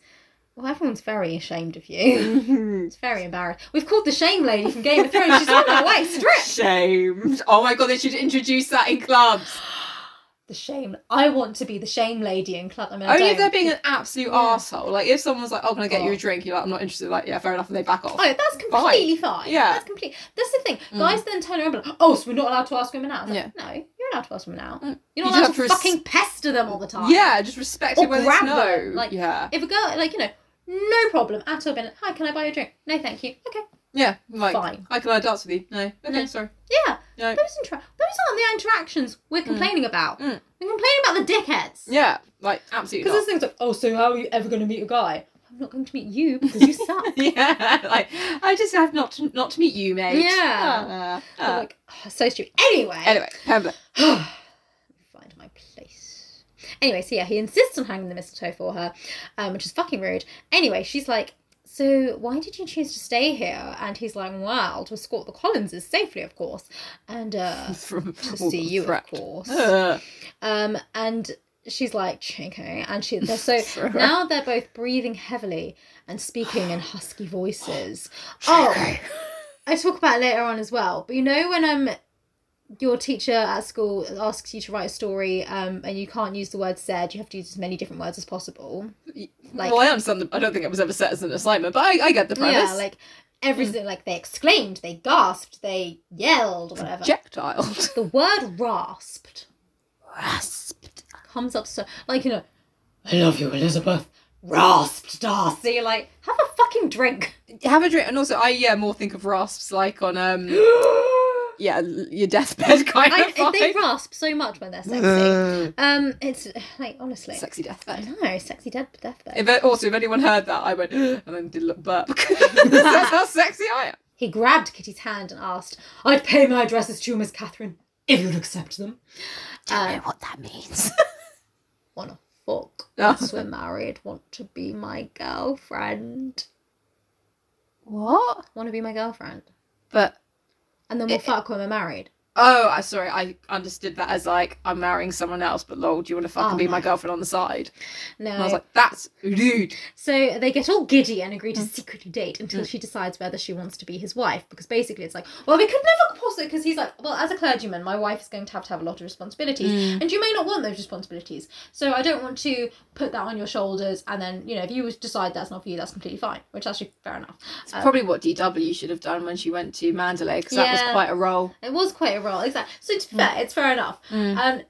Speaker 2: well, everyone's very ashamed of you. It's very embarrassing. We've called the shame lady from Game of Thrones. She's on her way. Strip
Speaker 3: Shamed. Oh my god, they should introduce that in clubs.
Speaker 2: the shame. I want to be the shame lady in club. I mean, I
Speaker 3: Only
Speaker 2: don't.
Speaker 3: if they're being an absolute
Speaker 2: Yeah.
Speaker 3: asshole. Like if someone's like, "Oh, can I get you a drink?" You're like, "I'm not interested." Like, yeah, fair enough, and they back off.
Speaker 2: Oh, that's completely fine.
Speaker 3: Yeah. Mm.
Speaker 2: that's complete. That's the thing. Guys then turn around and be like, oh, so we're not allowed to ask women out. It's like, No, you're an allowed to ask them
Speaker 3: Mm.
Speaker 2: out. You're not
Speaker 3: You
Speaker 2: allowed
Speaker 3: have
Speaker 2: to
Speaker 3: to res-
Speaker 2: fucking pester them all the time.
Speaker 3: Yeah, just respect
Speaker 2: Or
Speaker 3: it when it's
Speaker 2: grab
Speaker 3: no.
Speaker 2: them, like-
Speaker 3: yeah,
Speaker 2: If a girl, like, you know, no problem at all. Been like, hi, can I buy you a drink? No, thank you. Okay.
Speaker 3: yeah. Like,
Speaker 2: Fine.
Speaker 3: I can I dance with you? No. Okay,
Speaker 2: No.
Speaker 3: sorry.
Speaker 2: Yeah.
Speaker 3: No.
Speaker 2: Those, intra- those aren't the interactions we're complaining about.
Speaker 3: Mm.
Speaker 2: We're complaining about the dickheads.
Speaker 3: Yeah, like absolutely.
Speaker 2: Because
Speaker 3: Not.
Speaker 2: there's things like, oh, so how are you ever going to meet a guy? I'm not going to meet you because you suck.
Speaker 3: Yeah, like I just have not to, not to meet you, mate.
Speaker 2: Yeah.
Speaker 3: Uh,
Speaker 2: I'm
Speaker 3: uh.
Speaker 2: like, oh, so stupid. Anyway.
Speaker 3: Anyway, Pamela.
Speaker 2: find my place. Anyway, so yeah, he insists on hanging the mistletoe for her, um, which is fucking rude. Anyway, she's like, So why did you choose to stay here? And he's like, Well, to escort the Collinses safely, of course. And uh
Speaker 3: From
Speaker 2: to
Speaker 3: all
Speaker 2: see
Speaker 3: the
Speaker 2: you,
Speaker 3: threat.
Speaker 2: of course.
Speaker 3: Uh,
Speaker 2: Um and she's like, okay. And she they're so
Speaker 3: Sure.
Speaker 2: now they're both breathing heavily and speaking in husky voices. Oh, I talk about it later on as well. But you know when um your teacher at school asks you to write a story um and you can't use the word said, you have to use as many different words as possible. like-
Speaker 3: well, I understand. The, I don't think it was ever set as an assignment, but I, I get the premise.
Speaker 2: Yeah, like everything like they exclaimed, they gasped, they yelled, whatever.
Speaker 3: projectile.
Speaker 2: the word rasped
Speaker 3: Rasped.
Speaker 2: comes up so like you know I love you, Elizabeth. Rasped Darcy, you're like, have a fucking drink.
Speaker 3: Have a drink, and also I yeah more think of rasps like on um
Speaker 2: I,
Speaker 3: yeah l- your deathbed kind of vibe.
Speaker 2: they rasp so much when they're sexy.
Speaker 3: Ugh.
Speaker 2: um, it's like honestly,
Speaker 3: Sexy deathbed.
Speaker 2: no, sexy dead deathbed.
Speaker 3: If it- also, if anyone heard that, I went and then did a little burp. That's how sexy I am.
Speaker 2: He grabbed Kitty's hand and asked, I'd pay my addresses to you, Miss Catherine, if you'd accept them. Uh,
Speaker 3: what that means.
Speaker 2: wanna fuck.
Speaker 3: Oh.
Speaker 2: Once we're married, want to be my girlfriend.
Speaker 3: What?
Speaker 2: Wanna be my girlfriend.
Speaker 3: But
Speaker 2: And then we'll fuck when we're married.
Speaker 3: oh, I sorry, I understood that as like I'm marrying someone else. But lol, do you want to fucking
Speaker 2: Oh,
Speaker 3: be
Speaker 2: no.
Speaker 3: my girlfriend on the side? And I
Speaker 2: No.
Speaker 3: was like, that's rude.
Speaker 2: so they get all giddy and agree to secretly date until she decides whether she wants to be his wife. Because basically it's like, well, we could never possibly, because he's like, well, as a clergyman, my wife is going to have to have a lot of responsibilities. And you may not want those responsibilities. So I don't want to put that on your shoulders. And then, you know, if you decide that's not for you, that's completely fine, which is actually fair enough.
Speaker 3: It's probably what DW should have done when she went to Mandalay because that was
Speaker 2: Yeah.
Speaker 3: quite a role.
Speaker 2: It was quite a role, exactly. So
Speaker 3: Mm.
Speaker 2: to be fair, it's fair enough. Um,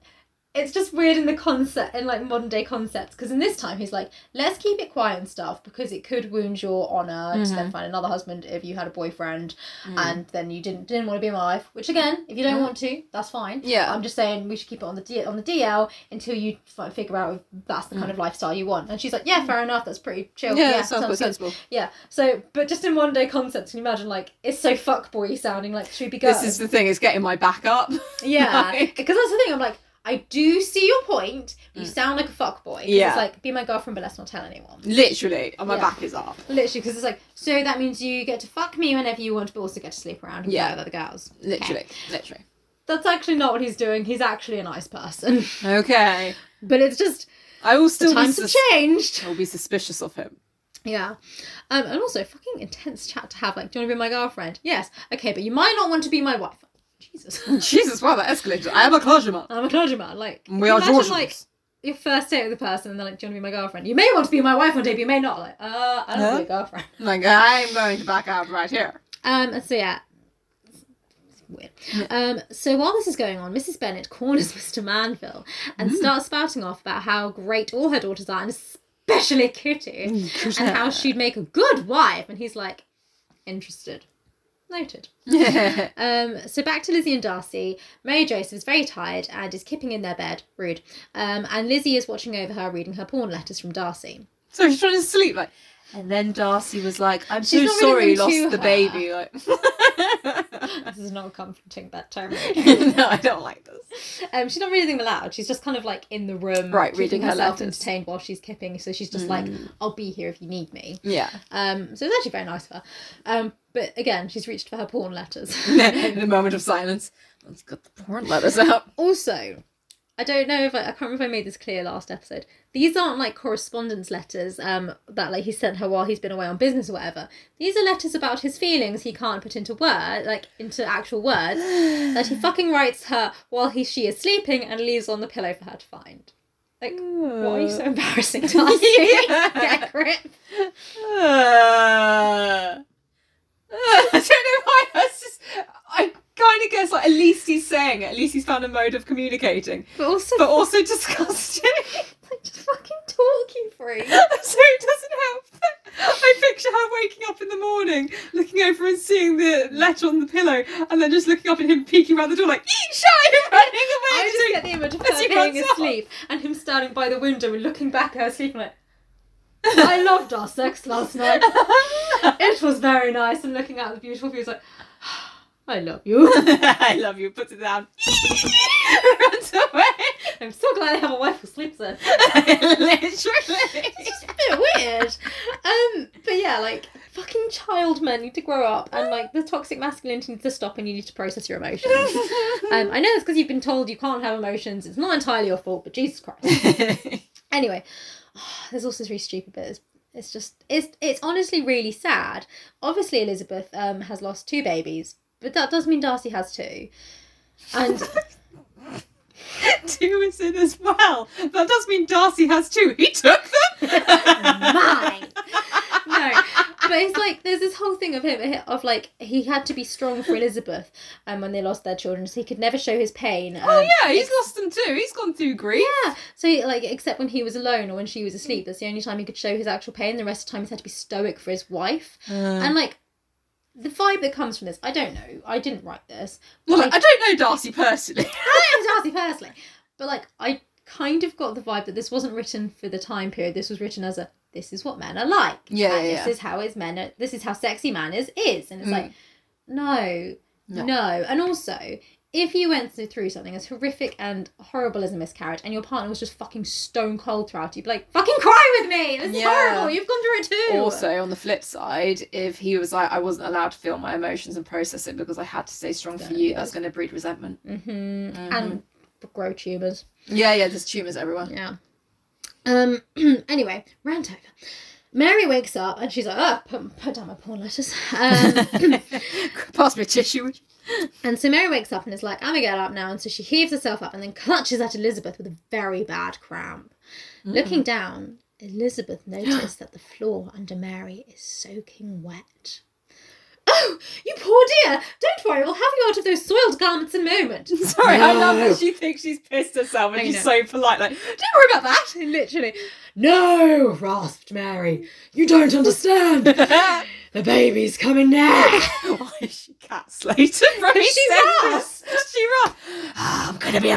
Speaker 2: it's just weird in the concept, in like modern day concepts, because in this time he's like, let's keep it quiet and stuff because it could wound your honor to
Speaker 3: Mm-hmm.
Speaker 2: then find another husband if you had a boyfriend
Speaker 3: Mm.
Speaker 2: and then you didn't didn't want to be in my life. Which again, if you don't want to, that's fine.
Speaker 3: Yeah.
Speaker 2: I'm just saying we should keep it on the D- on the DL until you fi- figure out if that's the kind of lifestyle you want. And she's like, yeah, fair enough. That's pretty chill.
Speaker 3: Mm. Yeah, that sounds
Speaker 2: sounds
Speaker 3: quite
Speaker 2: good.
Speaker 3: sensible.
Speaker 2: Yeah. So, but just in one day concepts, can you imagine like it's so fuckboy sounding like should be
Speaker 3: This is the thing; it's getting my back up.
Speaker 2: yeah,
Speaker 3: Like- Mm.
Speaker 2: because that's the thing. I'm like, I do see your point. You sound like a fuckboy. 'Cause
Speaker 3: Yeah.
Speaker 2: It's like, be my girlfriend, but let's not tell anyone.
Speaker 3: Literally, and my
Speaker 2: Yeah.
Speaker 3: back is up.
Speaker 2: Literally, because it's like, so that means you get to fuck me whenever you want, but also get to sleep around with
Speaker 3: Yeah.
Speaker 2: yeah. other girls. Okay.
Speaker 3: Literally, literally.
Speaker 2: That's actually not what he's doing. He's actually a nice person.
Speaker 3: Okay,
Speaker 2: but it's just,
Speaker 3: I will still
Speaker 2: the
Speaker 3: be
Speaker 2: times have
Speaker 3: sus-
Speaker 2: changed.
Speaker 3: I will be suspicious of him.
Speaker 2: Yeah. Um, and also, fucking intense chat to have. Like, do you want to be my girlfriend? Yes. Okay, but you might not want to be my wife. Jesus.
Speaker 3: Jesus, wow, that escalated. I am a clergyman.
Speaker 2: I'm a clergyman. Like,
Speaker 3: We
Speaker 2: can
Speaker 3: are
Speaker 2: you imagine,
Speaker 3: Georgians.
Speaker 2: like, your first date with a person and they're like, Do you want to be my girlfriend? You may want to be my wife one day, but you may not. Like, uh, I don't want to be a girlfriend.
Speaker 3: Like, I'm going to back out right here.
Speaker 2: Um, and so yeah. It's Weird. Um, so while this is going on, Mrs. Bennett corners Mr. Manville
Speaker 3: Mm.
Speaker 2: and starts spouting off about how great all her daughters are, and especially
Speaker 3: Mm,
Speaker 2: Kitty, and how she'd make a good wife. And he's like, interested, noted. Um, so back to Lizzie and Darcy. Mary Joseph is very tired and is kipping in their bed, rude. Um, and Lizzie is watching over her, reading her porn letters from Darcy.
Speaker 3: so she's trying to sleep, like. And then Darcy was like, "I'm so
Speaker 2: She's not
Speaker 3: sorry,
Speaker 2: really
Speaker 3: lost
Speaker 2: into
Speaker 3: the
Speaker 2: her.
Speaker 3: baby." Like,
Speaker 2: This is not a comforting bedtime.
Speaker 3: no, I don't like this.
Speaker 2: um, she's not reading them aloud. She's just kind of like in the room,
Speaker 3: Right,
Speaker 2: keeping
Speaker 3: reading her
Speaker 2: herself
Speaker 3: letters. Mm.
Speaker 2: entertained while she's kipping. So she's just like, "I'll be here if you need me."
Speaker 3: Yeah,
Speaker 2: Um, so it's actually very nice of her. Um, but again, she's reached for her porn letters.
Speaker 3: in the moment of silence, let's get the porn letters out.
Speaker 2: also i don't know if I, I can't remember if i made this clear last episode these aren't like correspondence letters um that like he sent her while he's been away on business or whatever these are letters about his feelings he can't put into word like into actual words that he fucking writes her while he she is sleeping and leaves on the pillow for her to find like why are you so embarrassing to us
Speaker 3: Yeah.
Speaker 2: get a grip
Speaker 3: Uh, I don't know why. That's just I kind trying to guess. Like at least he's saying it. At least he's found a mode of communicating.
Speaker 2: But also,
Speaker 3: But also disgusting.
Speaker 2: like, just fucking talking free.
Speaker 3: so it doesn't help. that I picture her waking up in the morning, looking over and seeing the letter on the pillow, and then just looking up at him peeking around the door like, "Eat shy!" running away.
Speaker 2: I just
Speaker 3: doing-
Speaker 2: get the image of
Speaker 3: as
Speaker 2: her
Speaker 3: he
Speaker 2: being
Speaker 3: runs off.
Speaker 2: asleep and him standing by the window and looking back at her sleeping like, I loved our sex last night. It was very nice. And looking out at the beautiful views like, I love you.
Speaker 3: I love you. Puts it down. runs away.
Speaker 2: I'm so glad I have a wife who sleeps there.
Speaker 3: Literally.
Speaker 2: It's just a bit weird. Um, but yeah, like fucking child men need to grow up, and like the toxic masculinity needs to stop, and you need to process your emotions. Um, I know it's because you've been told you can't have emotions. It's not entirely your fault, but Jesus Christ. Anyway, there's also this really stupid bit. It's, it's just it's it's honestly really sad. Obviously, Elizabeth um has lost two babies, but that does mean Darcy has two. And
Speaker 3: two is in as well. That does mean Darcy has two. He took them.
Speaker 2: mine. no, but it's like there's this whole thing of him of like he had to be strong for Elizabeth, um, when they lost their children, so he could never show his pain. Um,
Speaker 3: Oh yeah, he's lost them too. He's gone through grief.
Speaker 2: yeah. So he, like, except when he was alone or when she was asleep, that's the only time he could show his actual pain. The rest of the time, he's had to be stoic for his wife.
Speaker 3: Uh,
Speaker 2: And like, the vibe that comes from this, I don't know. I didn't write this.
Speaker 3: well, I don't know Darcy personally.
Speaker 2: I don't know it was Darcy personally, but like, I kind of got the vibe that this wasn't written for the time period. This was written as a this is what men are like.
Speaker 3: Yeah,
Speaker 2: and
Speaker 3: yeah, yeah.
Speaker 2: This
Speaker 3: Mm.
Speaker 2: is how is men. Are, this is how sexy man is is, and it's like, no,
Speaker 3: No.
Speaker 2: no, and also. If you went through- through something as horrific and horrible as a miscarriage, and your partner was just fucking stone cold throughout, you'd be like, "Fucking cry with me! This is
Speaker 3: Yeah.
Speaker 2: horrible. You've gone through it too."
Speaker 3: Also, on the flip side, if he was like, I wasn't allowed to feel my emotions and process it because I had to stay strong for
Speaker 2: There
Speaker 3: you,
Speaker 2: it
Speaker 3: that's
Speaker 2: is.
Speaker 3: going to breed resentment.
Speaker 2: hmm and grow tumors.
Speaker 3: Yeah, yeah, there's tumours everywhere.
Speaker 2: Yeah. Um. anyway, rant over. Mary wakes up and she's like, "Oh, put, put down my porn letters." Um,
Speaker 3: Pass me a tissue. would you?
Speaker 2: and so Mary wakes up and is like, "I'm gonna get up now." And so she heaves herself up and then clutches at Elizabeth with a very bad cramp. Looking down, Elizabeth noticed that the floor under Mary is soaking wet. Oh, you poor dear! Don't worry, we'll have you out of those soiled garments in a moment.
Speaker 3: Sorry, I love
Speaker 2: No.
Speaker 3: that she thinks she's pissed herself and
Speaker 2: I
Speaker 3: she's
Speaker 2: know.
Speaker 3: so polite. Like, don't worry about that.
Speaker 2: Literally, no, rasped Mary. You don't understand. The baby's coming now.
Speaker 3: Why is she cat slated from
Speaker 2: Because
Speaker 3: his
Speaker 2: she
Speaker 3: sentence? She rasped. "Ah, I'm going to be a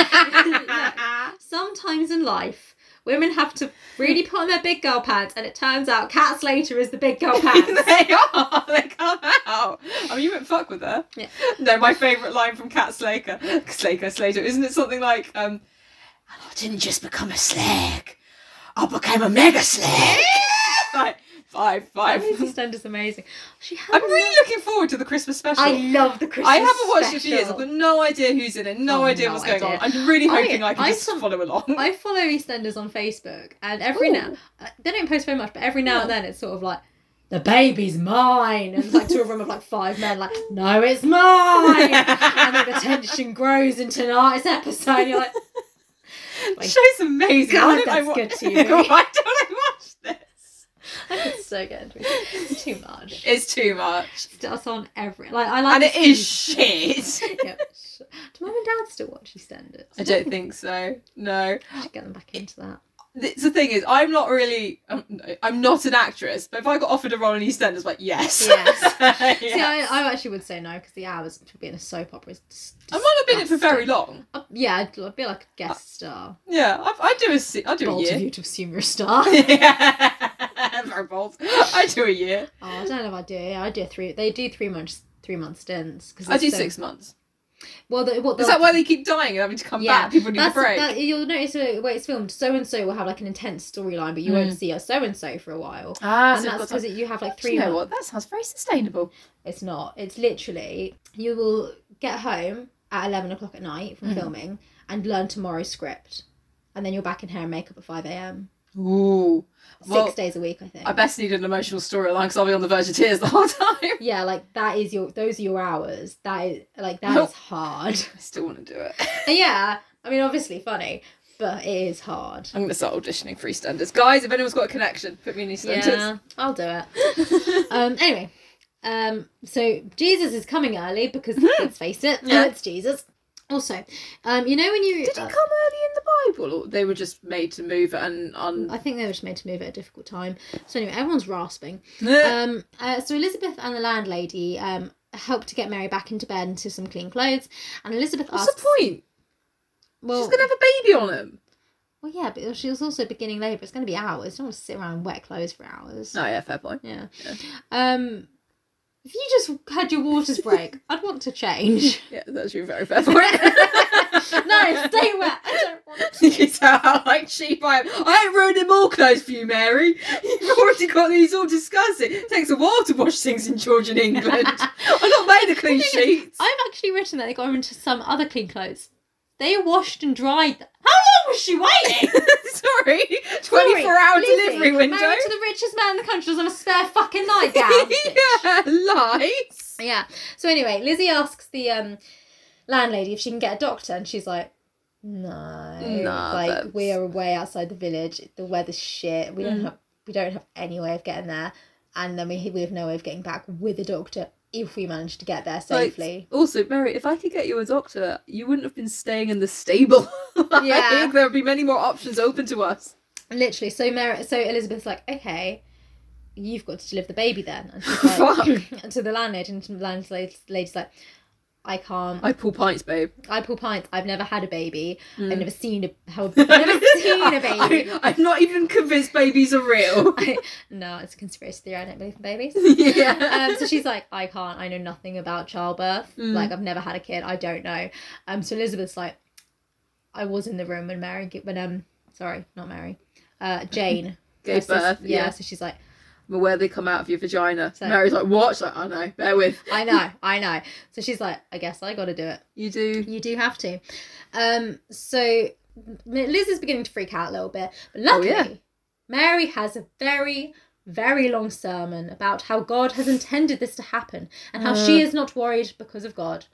Speaker 3: mother.
Speaker 2: Sometimes in life, women have to really put on their big girl pants, and it turns out Cat Slater is the big girl pants.
Speaker 3: they are. They come out. I mean, you wouldn't fuck with her.
Speaker 2: Yeah.
Speaker 3: No, my favourite line from Cat Slater, Slater, Slater, isn't it something like, um, and I didn't just become a slag, I became a mega slag. like, five, five.
Speaker 2: Stand is amazing. She had
Speaker 3: I'm
Speaker 2: a-
Speaker 3: really looking forward to the Christmas special.
Speaker 2: I love the Christmas.
Speaker 3: I haven't watched it for
Speaker 2: special.
Speaker 3: years. I've got no idea who's in it. No
Speaker 2: Oh,
Speaker 3: idea
Speaker 2: no
Speaker 3: what's going on.
Speaker 2: idea.
Speaker 3: I'm really
Speaker 2: I-
Speaker 3: hoping I, can
Speaker 2: I
Speaker 3: just
Speaker 2: some-
Speaker 3: follow along.
Speaker 2: I follow EastEnders on Facebook, and every
Speaker 3: Ooh.
Speaker 2: now uh, they don't post very much, but every now and
Speaker 3: Yeah.
Speaker 2: then it's sort of like the baby's mine, and it's like to a room of like five men, like no, it's mine, and then the tension grows in tonight's episode. and You're like,
Speaker 3: The show's amazing.
Speaker 2: God,
Speaker 3: Why didn't I
Speaker 2: that's
Speaker 3: wa-
Speaker 2: good TV.
Speaker 3: Why don't I watch this?
Speaker 2: I could so get into it. Too much.
Speaker 3: It's too much,
Speaker 2: That's on every like I like.
Speaker 3: and it
Speaker 2: to
Speaker 3: is
Speaker 2: see-
Speaker 3: shit.
Speaker 2: yeah. sh- Do mum and dad still watch EastEnders?
Speaker 3: I don't think so. No.
Speaker 2: I should get them back into that.
Speaker 3: It's the thing is, I'm not really, um, I'm not an actress, but if I got offered a role in EastEnders, like, yes.
Speaker 2: Yes.
Speaker 3: Yes.
Speaker 2: See, I, I actually would say no because the hours for being a soap opera is. Dis-
Speaker 3: I might not have been in it for very long.
Speaker 2: Uh, Yeah, I'd, I'd be like a guest star.
Speaker 3: Yeah, I, I do a, se- I do
Speaker 2: Bold
Speaker 3: a
Speaker 2: of
Speaker 3: year.
Speaker 2: you to assume you're a star. oh,
Speaker 3: Yeah. very bold. I do a year.
Speaker 2: I don't know if I do. Yeah, I do three. They do three months, three month stints. Cause
Speaker 3: I
Speaker 2: it's
Speaker 3: do
Speaker 2: so-
Speaker 3: six months.
Speaker 2: Well, the, what
Speaker 3: Is
Speaker 2: they'll-
Speaker 3: that why they keep dying and having to come
Speaker 2: Yeah,
Speaker 3: back? People need a
Speaker 2: That's,
Speaker 3: break.
Speaker 2: that, you'll notice uh, where it's filmed. So and so will have like an intense storyline, but you
Speaker 3: Hmm.
Speaker 2: won't see a so and so for a while.
Speaker 3: Ah,
Speaker 2: and
Speaker 3: so
Speaker 2: that's
Speaker 3: it's got
Speaker 2: because
Speaker 3: time.
Speaker 2: you have like
Speaker 3: Do
Speaker 2: three
Speaker 3: you know what?
Speaker 2: months.
Speaker 3: That sounds very sustainable.
Speaker 2: It's not. It's literally you will get home at eleven o'clock at night
Speaker 3: Mm.
Speaker 2: from filming and learn tomorrow's script, and then you're back in hair and makeup at five a.m.
Speaker 3: Ooh. Well,
Speaker 2: Six days a week, I think.
Speaker 3: I best need an emotional storyline because I'll be on the verge of tears the whole time.
Speaker 2: yeah, like that is your those are your hours. That is like that is
Speaker 3: Nope.
Speaker 2: hard.
Speaker 3: I still want to do it.
Speaker 2: And yeah, I mean obviously funny, but it is hard.
Speaker 3: I'm going to start auditioning for EastEnders. Guys, if anyone's got a connection, put me in EastEnders.
Speaker 2: I'll do it. um. Anyway, Um, so Jesus is coming early because let's face it,
Speaker 3: Hmm. Yeah.
Speaker 2: it's Jesus. Also, um, you know when you
Speaker 3: Did he come
Speaker 2: uh,
Speaker 3: early in the Bible, or they were just made to move and on?
Speaker 2: I think they were just made to move at a difficult time. So anyway, everyone's rasping. um, uh, so Elizabeth and the landlady um, help to get Mary back into bed into some clean clothes, and Elizabeth
Speaker 3: What's
Speaker 2: asks,
Speaker 3: the point?
Speaker 2: "Well, oh.
Speaker 3: She's gonna have a baby on him.
Speaker 2: well, yeah, but she was also beginning labour. It's going to be hours. Don't want to sit around in wet clothes for hours.
Speaker 3: Oh yeah, fair point.
Speaker 2: Yeah. Um, if you just had your waters break, I'd want to change.
Speaker 3: Yeah, that's actually a very fair point.
Speaker 2: no, stay wet. I don't want to.
Speaker 3: You tell how like cheap I am. I ain't ruining more clothes for you, Mary. You've already got these all disgusting. It takes a while to wash things in Georgian England. I'm not made of clean sheets.
Speaker 2: I've actually written that they got her into some other clean clothes. They washed and dried. th- How long was she waiting?
Speaker 3: Sorry, 24 hour
Speaker 2: Lizzie,
Speaker 3: delivery window.
Speaker 2: Married to the richest man in the country doesn't have a spare fucking nightgown.
Speaker 3: yeah, lies.
Speaker 2: yeah. So anyway, Lizzie asks the um, landlady if she can get a doctor, and she's like, "No,
Speaker 3: Nah,
Speaker 2: like
Speaker 3: that's-
Speaker 2: we are way outside the village. The weather's shit. We don't
Speaker 3: Mm.
Speaker 2: have we don't have any way of getting there, and then we we have no way of getting back with a doctor if we manage to get there
Speaker 3: Like,
Speaker 2: safely."
Speaker 3: also, Mary, if I could get you a doctor, you wouldn't have been staying in the stable. Like,
Speaker 2: Yeah.
Speaker 3: there would be many more options open to us.
Speaker 2: Literally. So Mary, so Elizabeth's like, "Okay." You've got to deliver the baby then, and she's
Speaker 3: Fuck.
Speaker 2: like, to the landlady, and the landlady's like, "I can't.
Speaker 3: I pull pints, babe.
Speaker 2: I pull pints. I've never had a baby.
Speaker 3: Mm.
Speaker 2: I've never seen a how. I've never seen a baby.
Speaker 3: I, am not even convinced babies are real.
Speaker 2: no, it's a conspiracy theory. I don't believe in babies.
Speaker 3: yeah.
Speaker 2: Um, so she's like, I can't. I know nothing about childbirth.
Speaker 3: Mm.
Speaker 2: Like, I've never had a kid. I don't know. Um, so Elizabeth's like, I was in the room when Mary, g- when um, sorry, not Mary, uh, Jane
Speaker 3: Gave
Speaker 2: her sis-
Speaker 3: birth.
Speaker 2: yeah,
Speaker 3: Yeah.
Speaker 2: So she's like,
Speaker 3: But Where they come out of your vagina.
Speaker 2: So-
Speaker 3: Mary's like, what? She's like, I know. Bear with.
Speaker 2: I know, I know. So she's like, I guess I got to do it.
Speaker 3: You do.
Speaker 2: You do have to. Um, so Liz is beginning to freak out a little bit, but luckily,
Speaker 3: yeah.
Speaker 2: Mary has a very, very long sermon about how God has intended this to happen and how she is not worried because of God.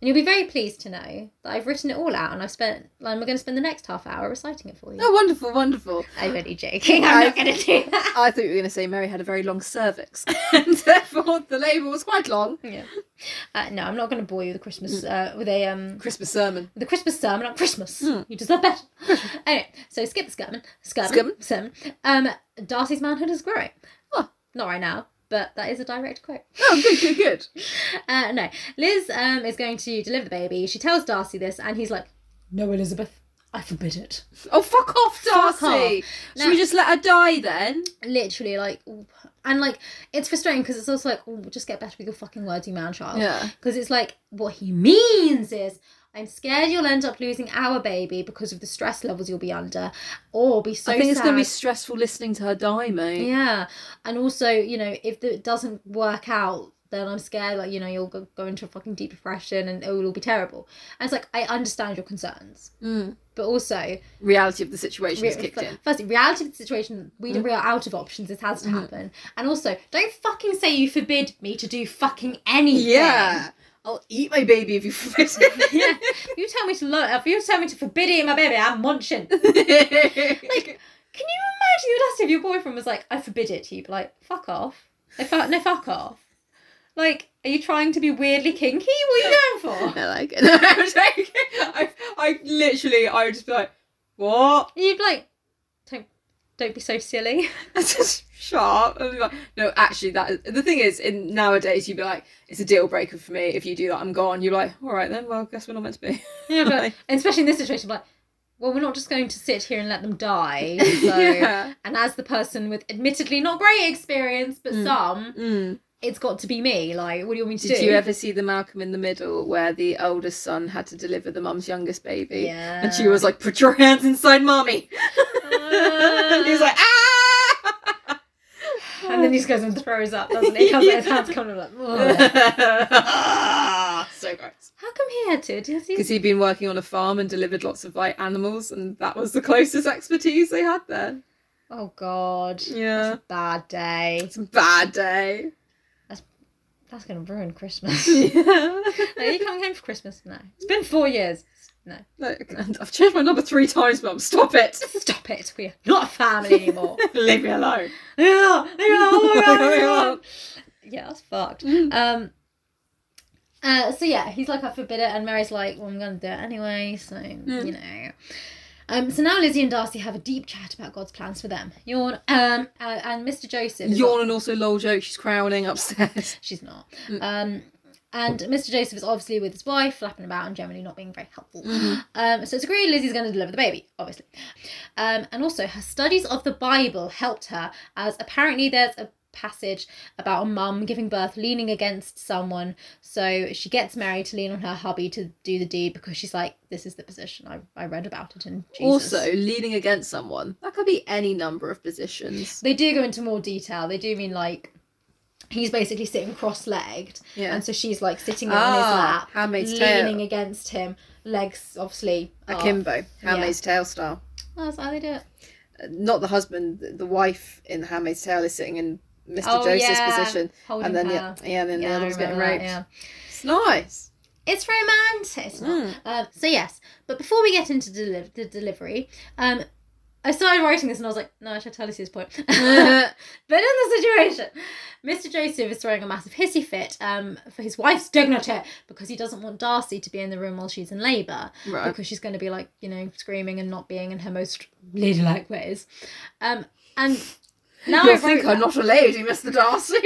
Speaker 2: And you'll be very pleased to know that I've written it all out and I've spent, and we're going to spend the next half hour reciting it for you.
Speaker 3: Oh, wonderful, wonderful.
Speaker 2: I'm only joking. I'm not going to do that.
Speaker 3: I thought you were going to say Mary had a very long cervix, and therefore the labour was quite long.
Speaker 2: Yeah. Uh, no, I'm not going to bore you with a Christmas uh, with a um
Speaker 3: Christmas sermon.
Speaker 2: the Christmas sermon at Christmas.
Speaker 3: Hmm.
Speaker 2: You deserve better. anyway, so skip the skirmin. Skirmin.
Speaker 3: Skirmin.
Speaker 2: Sermon. Um, Darcy's manhood is growing.
Speaker 3: Oh.
Speaker 2: Not right now, but that is a direct quote.
Speaker 3: Oh, good, good, good.
Speaker 2: Uh, no, Liz um, is going to deliver the baby. She tells Darcy this, and he's like, No, Elizabeth, I forbid it.
Speaker 3: Oh, fuck off, Darcy.
Speaker 2: Fuck off.
Speaker 3: Should we
Speaker 2: Now-
Speaker 3: just let her die then?
Speaker 2: Literally, like, and like, it's frustrating because it's also like, oh, just get better with your fucking words, you man child.
Speaker 3: Yeah.
Speaker 2: Because it's like, what he means is, I'm scared you'll end up losing our baby because of the stress levels you'll be under, or be so
Speaker 3: I think it's going to be
Speaker 2: sad.
Speaker 3: stressful listening to her die, mate.
Speaker 2: Yeah, and also, you know, if it doesn't work out, then I'm scared, like, you know, you'll go, go into a fucking deep depression and it will all be terrible. And it's like, I understand your concerns.
Speaker 3: Mm.
Speaker 2: But also,
Speaker 3: Reality of the situation has
Speaker 2: re-
Speaker 3: kicked
Speaker 2: fir-
Speaker 3: in. Mm-hmm.
Speaker 2: firstly, reality of the situation, we, we are out of options. This has to happen. And also, don't fucking say you forbid me to do fucking anything.
Speaker 3: Yeah. I'll eat my baby if you forbid
Speaker 2: yeah. You tell me to look, if you tell me to forbid eating my baby, I'm munching.
Speaker 3: it.
Speaker 2: Like, Can you imagine the audacity if your boyfriend was like, I forbid it to you? But like, fuck off. No, fuck, no, fuck off. Like, are you trying to be weirdly kinky? What are you going for?
Speaker 3: I like it. No, I'm joking. I, I literally, I would just be like, what?
Speaker 2: And you'd be like, don't, don't be so silly.
Speaker 3: And just sharp. And be like, no, actually, that is, the thing is, in nowadays, you'd be like, it's a deal breaker for me. If you do that, I'm gone. You're like, all right then. Well, guess we're not meant to be.
Speaker 2: Yeah, but
Speaker 3: Like-
Speaker 2: and especially in this situation, like, well, we're not just going to sit here and let them die. So,
Speaker 3: yeah.
Speaker 2: and as the person with admittedly not great experience, but
Speaker 3: Mm.
Speaker 2: some,
Speaker 3: Mm.
Speaker 2: it's got to be me. Like, what do you want me to
Speaker 3: Did
Speaker 2: do?
Speaker 3: you ever see the Malcolm in the Middle where the oldest son had to deliver the mum's youngest baby?
Speaker 2: Yeah.
Speaker 3: And she was like, put your hands inside mommy. and he's like, ah!
Speaker 2: and then he just goes and throws up, doesn't he? Comes his hands come like, "Ugh."
Speaker 3: Ah, so gross.
Speaker 2: How come he had to? Does he-
Speaker 3: Because he'd been working on a farm and delivered lots of like animals, and that was the closest expertise they had then.
Speaker 2: Oh God.
Speaker 3: Yeah.
Speaker 2: That's a bad day.
Speaker 3: It's a bad day.
Speaker 2: That's gonna ruin Christmas.
Speaker 3: Yeah.
Speaker 2: Are you coming home for Christmas? No. It's been four years. No.
Speaker 3: Look, and I've changed my number three times, Mum. Stop it.
Speaker 2: Stop it. We are not a family anymore.
Speaker 3: Leave me alone.
Speaker 2: Yeah, yeah, oh my God, oh my God. yeah, that's fucked.
Speaker 3: Mm.
Speaker 2: Um, uh, so yeah, he's like, I forbid it, and Mary's like, well, I'm gonna do it anyway, so
Speaker 3: Mm.
Speaker 2: you know. Um, so now Lizzie and Darcy have a deep chat about God's plans for them. Yawn, um, uh, and Mr. Joseph. is
Speaker 3: Yawn and also lol joke. She's crowning upstairs.
Speaker 2: She's not. Um, and Mr. Joseph is obviously with his wife, flapping about and generally not being very helpful. Um, so it's agreed Lizzie's going to deliver the baby, obviously. Um, and also, her studies of the Bible helped her, as apparently there's a passage about a mum giving birth leaning against someone. So she gets Mary to lean on her hubby to do the deed because she's like, this is the position. I, I read about it in Jesus.
Speaker 3: Also, leaning against someone. That could be any number of positions.
Speaker 2: They do go into more detail. They do mean like he's basically sitting cross-legged,
Speaker 3: Yeah.
Speaker 2: and so she's like sitting on
Speaker 3: Ah,
Speaker 2: his lap,
Speaker 3: Handmaid's Tale.
Speaker 2: leaning against him, legs obviously up.
Speaker 3: Akimbo. Handmaid's Tale style.
Speaker 2: Oh, that's how they do it.
Speaker 3: Uh, Not the husband, th- the wife in the Handmaid's Tale is sitting in Mr.
Speaker 2: Oh,
Speaker 3: Joseph's
Speaker 2: yeah.
Speaker 3: position.
Speaker 2: Holding
Speaker 3: And then,
Speaker 2: her.
Speaker 3: yeah, yeah, and then the
Speaker 2: I
Speaker 3: other one's getting raped.
Speaker 2: remember that, yeah.
Speaker 3: It's nice.
Speaker 2: It's romantic. It's not.
Speaker 3: Hmm.
Speaker 2: Um, so yes, but before we get into deli- the delivery, um, I started writing this and I was like, no, I should tell Lucy's point. but in the situation, Mr. Joseph is throwing a massive hissy fit um, for his wife's dignity because he doesn't want Darcy to be in the room while she's in labour
Speaker 3: Right.
Speaker 2: because she's going to be like, you know, screaming and not being in her most ladylike ways. Um, and now
Speaker 3: You'll
Speaker 2: I wrote
Speaker 3: think I'm
Speaker 2: that-
Speaker 3: not a lady, Mr. Darcy.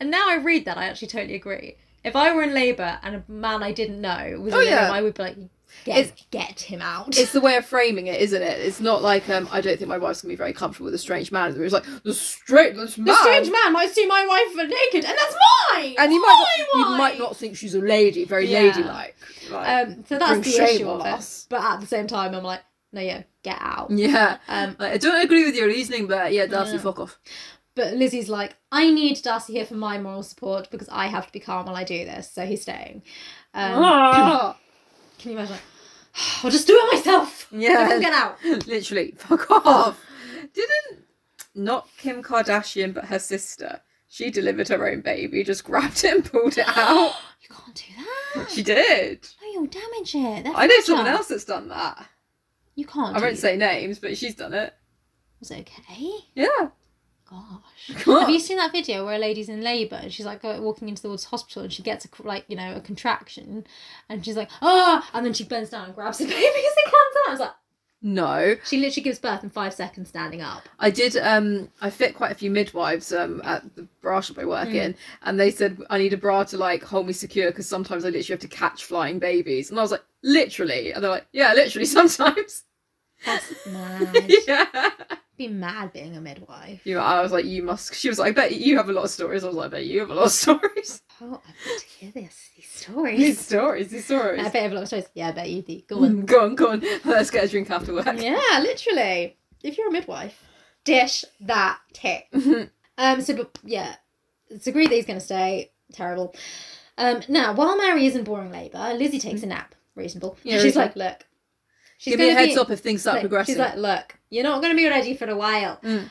Speaker 2: and now I read that, I actually totally agree. If I were in labour and a man I didn't know was
Speaker 3: Oh,
Speaker 2: in the
Speaker 3: yeah.
Speaker 2: room, I would be like, get, get him out.
Speaker 3: it's the way of framing it, isn't it? It's not like um, I don't think my wife's gonna be very comfortable with a strange man. in the room. It's like the strange this man.
Speaker 2: the strange man might see my wife naked, and that's mine.
Speaker 3: and you might,
Speaker 2: my
Speaker 3: not, you
Speaker 2: wife!
Speaker 3: might not think she's a lady, very
Speaker 2: Yeah.
Speaker 3: ladylike. Like,
Speaker 2: Um, so that's
Speaker 3: bring
Speaker 2: the
Speaker 3: shame
Speaker 2: issue of
Speaker 3: on
Speaker 2: it.
Speaker 3: us.
Speaker 2: But at the same time, I'm like, no, yeah, get out.
Speaker 3: yeah,
Speaker 2: Um,
Speaker 3: Like, I don't agree with your reasoning, but yeah, Darcy, fuck off.
Speaker 2: but Lizzie's like, I need Darcy here for my moral support because I have to be calm while I do this. So he's staying. Um,
Speaker 3: Ah.
Speaker 2: Can you imagine? I'll just do it myself.
Speaker 3: Yeah.
Speaker 2: Everyone get out.
Speaker 3: Literally, fuck off. Didn't not Kim Kardashian, but her sister. She delivered her own baby, just grabbed it and pulled it out.
Speaker 2: You can't do that.
Speaker 3: she did.
Speaker 2: No, you'll damage it. That's
Speaker 3: I know someone
Speaker 2: fragile.
Speaker 3: else that's done that.
Speaker 2: You can't.
Speaker 3: I
Speaker 2: do
Speaker 3: won't say names, but she's done it.
Speaker 2: Was it okay?
Speaker 3: Yeah.
Speaker 2: Gosh.
Speaker 3: Come
Speaker 2: Have
Speaker 3: on.
Speaker 2: you seen that video where a lady's in labour and she's like go- walking into the ward's hospital and she gets a, c- like you know a contraction and she's like ah and then she bends down and grabs the baby as it comes out. It's like
Speaker 3: No,
Speaker 2: she literally gives birth in five seconds standing up.
Speaker 3: I did. Um, I fit quite a few midwives um, at the bra shop I work in, and they said I need a bra to like hold me secure because sometimes I literally have to catch flying babies, and I was like, literally, and they're like, yeah, literally sometimes.
Speaker 2: That's mad.
Speaker 3: yeah,
Speaker 2: Be mad being a midwife.
Speaker 3: you know, I was like, you must. She was like, I bet you have a lot of stories. I was like, I bet you have a lot of stories.
Speaker 2: Oh, I want to hear this. These
Speaker 3: these
Speaker 2: stories.
Speaker 3: stories, these
Speaker 2: I
Speaker 3: stories.
Speaker 2: bet everyone says yeah. I bet you do. Go on.
Speaker 3: Go on, go on. Let's get a drink after work.
Speaker 2: yeah, literally. If you're a midwife, dish that tip.
Speaker 3: Mm-hmm.
Speaker 2: Um, so, but yeah, it's agreed that he's going to stay. Terrible. Um, now, while Mary is in boring labour, Lizzie takes a nap. Reasonable.
Speaker 3: Yeah,
Speaker 2: she's
Speaker 3: reasonable.
Speaker 2: like, look. She's
Speaker 3: Give me a
Speaker 2: gonna
Speaker 3: heads
Speaker 2: be-
Speaker 3: up if things start
Speaker 2: like,
Speaker 3: progressing.
Speaker 2: She's like, look, you're not going to be ready for a while.
Speaker 3: Mm.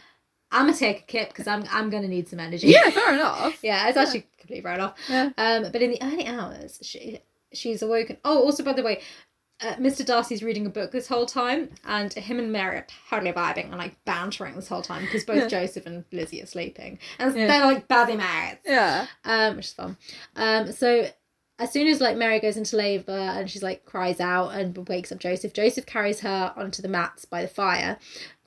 Speaker 2: I'm gonna take a kip because I'm I'm gonna need some energy.
Speaker 3: yeah, fair enough.
Speaker 2: yeah, it's actually completely right off.
Speaker 3: Yeah.
Speaker 2: Um, but in the early hours, she she's awoken. Oh, also by the way, uh, Mr. Darcy's reading a book this whole time, and him and Mary are totally vibing and like bantering this whole time because both Joseph and Lizzie are sleeping, and
Speaker 3: Yeah.
Speaker 2: they're like badly married,
Speaker 3: Yeah.
Speaker 2: um, which is fun. Um, so. As soon as like Mary goes into labour and she's like cries out and wakes up Joseph, Joseph carries her onto the mats by the fire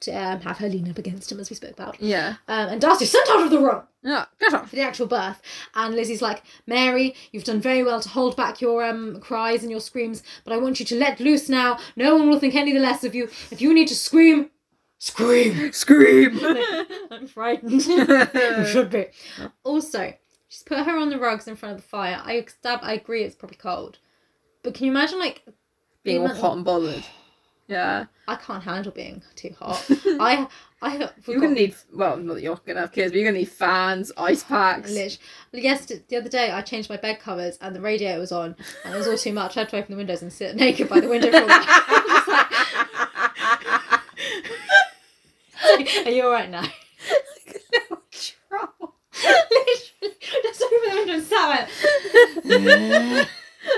Speaker 2: to um, have her lean up against him as we spoke about.
Speaker 3: Yeah.
Speaker 2: Um, and Darcy's sent out of the room
Speaker 3: Yeah. Get off.
Speaker 2: for the actual birth and lizzie's like mary you've done very well to hold back your um cries and your screams but i want you to let loose now no one will think any the less of you if you need to scream scream
Speaker 3: Scream.
Speaker 2: i'm frightened you should be also she's put her on the rugs in front of the fire i stab i agree it's probably cold but can you imagine like
Speaker 3: being all
Speaker 2: Even-
Speaker 3: hot and bothered. Yeah,
Speaker 2: i can't handle being too hot i i have
Speaker 3: you're gonna need well, not that you're gonna have kids, but you're gonna need fans, ice packs.
Speaker 2: Lich. Yes, the other day I changed my bed covers and the radiator was on and it was all too much. I had to open the windows and sit naked by the window for a while. I was just like, Are you alright now? Literally, just open the window and sat there.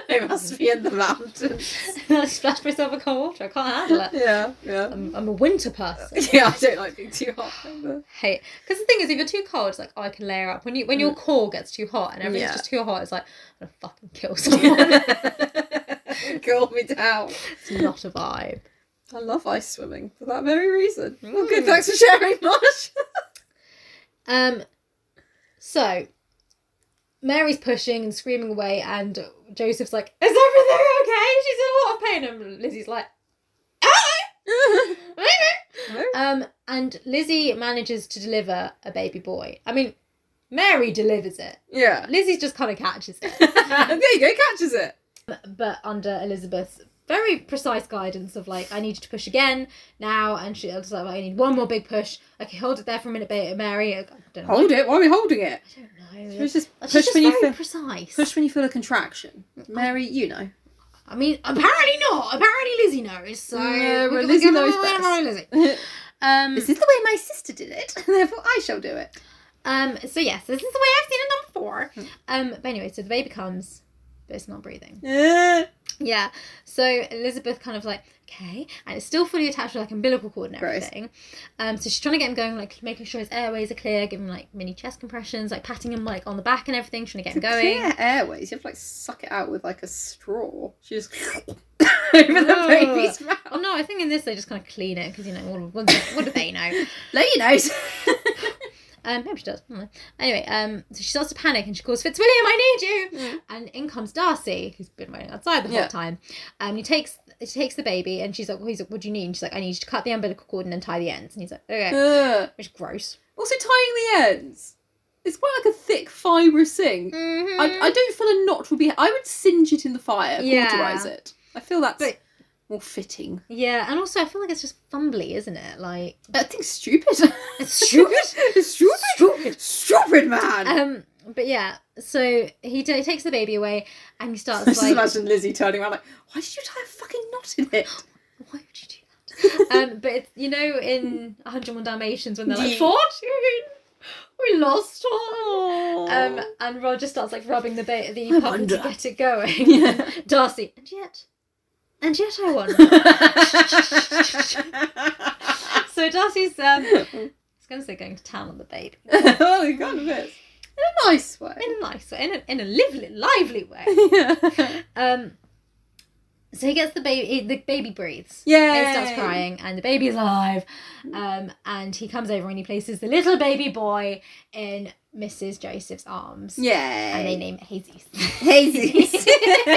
Speaker 3: Hey, must be in the mountains.
Speaker 2: I splashed myself in cold water. I can't handle it.
Speaker 3: Yeah, yeah.
Speaker 2: I'm, I'm a winter person.
Speaker 3: um, Yeah, I don't like being too hot. either.
Speaker 2: Hate because the thing is, if you're too cold, it's like oh, I can layer up. When you when your core gets too hot and everything's
Speaker 3: Yeah.
Speaker 2: just too hot, it's like I'm gonna fucking kill someone.
Speaker 3: Cool me down.
Speaker 2: it's not a vibe.
Speaker 3: I love ice swimming for that very reason. Well, good. Thanks for sharing, Marsh.
Speaker 2: Um, so Mary's pushing and screaming away, and Joseph's like, "Is everything okay?" She's in a lot of pain, and Lizzie's like, um, and Lizzie manages to deliver a baby boy. I mean, Mary delivers it.
Speaker 3: yeah.
Speaker 2: Lizzie just kind of catches it, Um,
Speaker 3: there you go. Catches it.
Speaker 2: but under Elizabeth's very precise guidance of like, I need you to push again now, and she's like, well, I need one more big push. Okay, hold it there for a minute, ba- Mary. I don't know.
Speaker 3: Hold it. Why are we holding it?
Speaker 2: I don't know.
Speaker 3: She's just push
Speaker 2: She's just
Speaker 3: when
Speaker 2: very
Speaker 3: you feel
Speaker 2: precise.
Speaker 3: push when you feel a contraction. Mary, you know.
Speaker 2: I mean, apparently not. Apparently Lizzie knows. So
Speaker 3: Yeah, well,
Speaker 2: we're gonna
Speaker 3: Lizzie
Speaker 2: give
Speaker 3: knows
Speaker 2: her-
Speaker 3: best.
Speaker 2: Mary Lizzie.
Speaker 3: this
Speaker 2: Um,
Speaker 3: is the way my sister did it, therefore I shall do it.
Speaker 2: um, so yes, this is the way I've seen it done before.
Speaker 3: Hmm.
Speaker 2: Um, but anyway, so the baby comes, but it's not breathing.
Speaker 3: Yeah.
Speaker 2: Yeah. So Elizabeth kind of like, okay, and it's still fully attached with like umbilical cord and
Speaker 3: Gross.
Speaker 2: everything. Um, so she's trying to get him going, like making sure his airways are clear, giving him like mini chest compressions, like patting him like on the back and everything, trying to get him going.
Speaker 3: Clear airways. You have to like suck it out with like a straw. She just over the
Speaker 2: Ugh.
Speaker 3: baby's mouth.
Speaker 2: Oh no, I think in this they just kind of clean it because you know what, what, what do they know?
Speaker 3: Lady knows.
Speaker 2: Um, maybe she does. I don't know. Anyway, um, so she starts to panic and she calls Fitzwilliam, "I need you!" And in comes Darcy, who's been waiting outside the whole
Speaker 3: Mm. Yeah.
Speaker 2: time. Um, he takes he takes the baby and she's like, well, he's like, "What do you need?" And she's like, "I need you to cut the umbilical cord and then tie the ends." And he's like, "Okay,"
Speaker 3: Ugh.
Speaker 2: which is gross.
Speaker 3: also tying the ends. It's quite like a thick fibrous thing.
Speaker 2: Mm-hmm.
Speaker 3: I, I don't feel a knot will be. I would singe it in the fire,
Speaker 2: Yeah.
Speaker 3: cauterize it. I feel that's
Speaker 2: But-
Speaker 3: more fitting.
Speaker 2: yeah, and also I feel like it's just fumbly, isn't it? Like
Speaker 3: That thing's stupid.
Speaker 2: it's stupid.
Speaker 3: stupid, stupid, stupid man.
Speaker 2: um, but yeah, so he, t- he takes the baby away and he starts
Speaker 3: I just
Speaker 2: like,
Speaker 3: imagine Lizzie turning around like, why did you tie a fucking knot in it?
Speaker 2: why would you do that? um, but it's, you know, in 101 Dalmatians when they're like,
Speaker 3: Yeah.
Speaker 2: fortune, we lost one.
Speaker 3: Um,
Speaker 2: Um, and Roger starts like rubbing the ba- the
Speaker 3: I
Speaker 2: puppy
Speaker 3: wonder.
Speaker 2: to get it going.
Speaker 3: yeah.
Speaker 2: Darcy, and yet, and yet I won. so Darcy's um, I was going to say going to town on the baby
Speaker 3: oh, you got this. In a nice way.
Speaker 2: in a nice way, in a, in a lively, lively way.
Speaker 3: yeah.
Speaker 2: Um, so he gets the baby. he- The baby breathes. And
Speaker 3: Yeah.
Speaker 2: he starts crying, and the baby is alive. Um, and he comes over and he places the little baby boy in Mrs. Joseph's arms. And they
Speaker 3: Yay.
Speaker 2: name it Hazy.
Speaker 3: Hazy.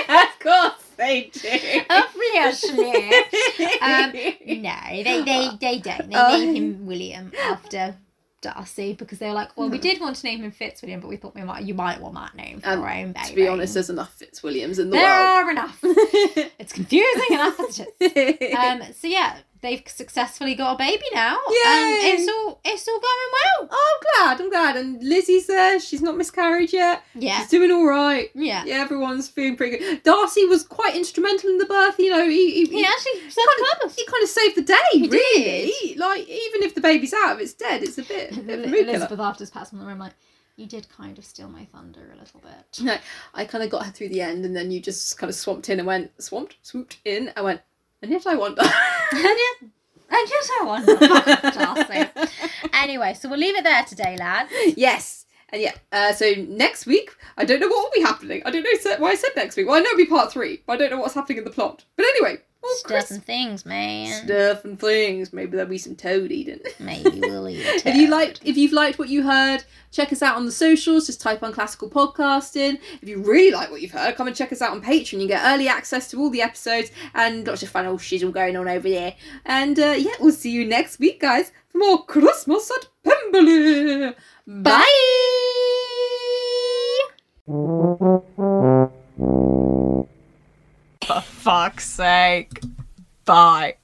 Speaker 3: of course they do.
Speaker 2: Obviously. Um, no, they, they, they don't. They
Speaker 3: Oh. Hmm.
Speaker 2: name him William after Darcy because they were like, well, we did want to name him Fitzwilliam, but we thought we might, you might want that name for
Speaker 3: Um,
Speaker 2: your own baby.
Speaker 3: to be honest, there's enough Fitzwilliams in the
Speaker 2: there
Speaker 3: world.
Speaker 2: are enough. It's confusing enough. as it is. um, so yeah, they've successfully got a baby now. Um,
Speaker 3: Yay!
Speaker 2: And it's all it's all going well.
Speaker 3: oh, I'm glad. I'm glad. And Lizzie's there. She's not miscarried yet.
Speaker 2: Yeah.
Speaker 3: She's doing all right.
Speaker 2: Yeah.
Speaker 3: Yeah, everyone's feeling pretty good. Darcy was quite instrumental in the birth. You know, he he,
Speaker 2: He
Speaker 3: he,
Speaker 2: actually said the purpose.
Speaker 3: he kind of saved the day.
Speaker 2: He
Speaker 3: really, like even if the baby's out of its dead, it's a bit, a bit of a mood killer.
Speaker 2: Elizabeth afterwards pats him on the arm like, you did kind of steal my thunder a little bit.
Speaker 3: No, I kind of got her through the end, and then you just kind of swamped in and went swamped, swooped in. I went, and yet I wonder.
Speaker 2: and yet, and yet I wonder. Darcy. Anyway, so we'll leave it there today, lads.
Speaker 3: yes. And yeah, uh, so next week, I don't know what will be happening. I don't know se- why I said next week. Well, I know it'll be part three, but I don't know what's happening in the plot. But anyway, all
Speaker 2: Stuff
Speaker 3: Christmas
Speaker 2: and things, man.
Speaker 3: stuff and things. Maybe there'll be some toad eating.
Speaker 2: Maybe we'll eat it.
Speaker 3: If you liked, if you've liked what you heard, check us out on the socials. Just type on classical podcasting. If you really like what you've heard, come and check us out on Patreon. You get early access to all the episodes and lots of fun old shizzle going on over there. And uh, yeah, we'll see you next week, guys, for more Christmas at Pemberley. Bye.
Speaker 1: For fuck's sake. Bye.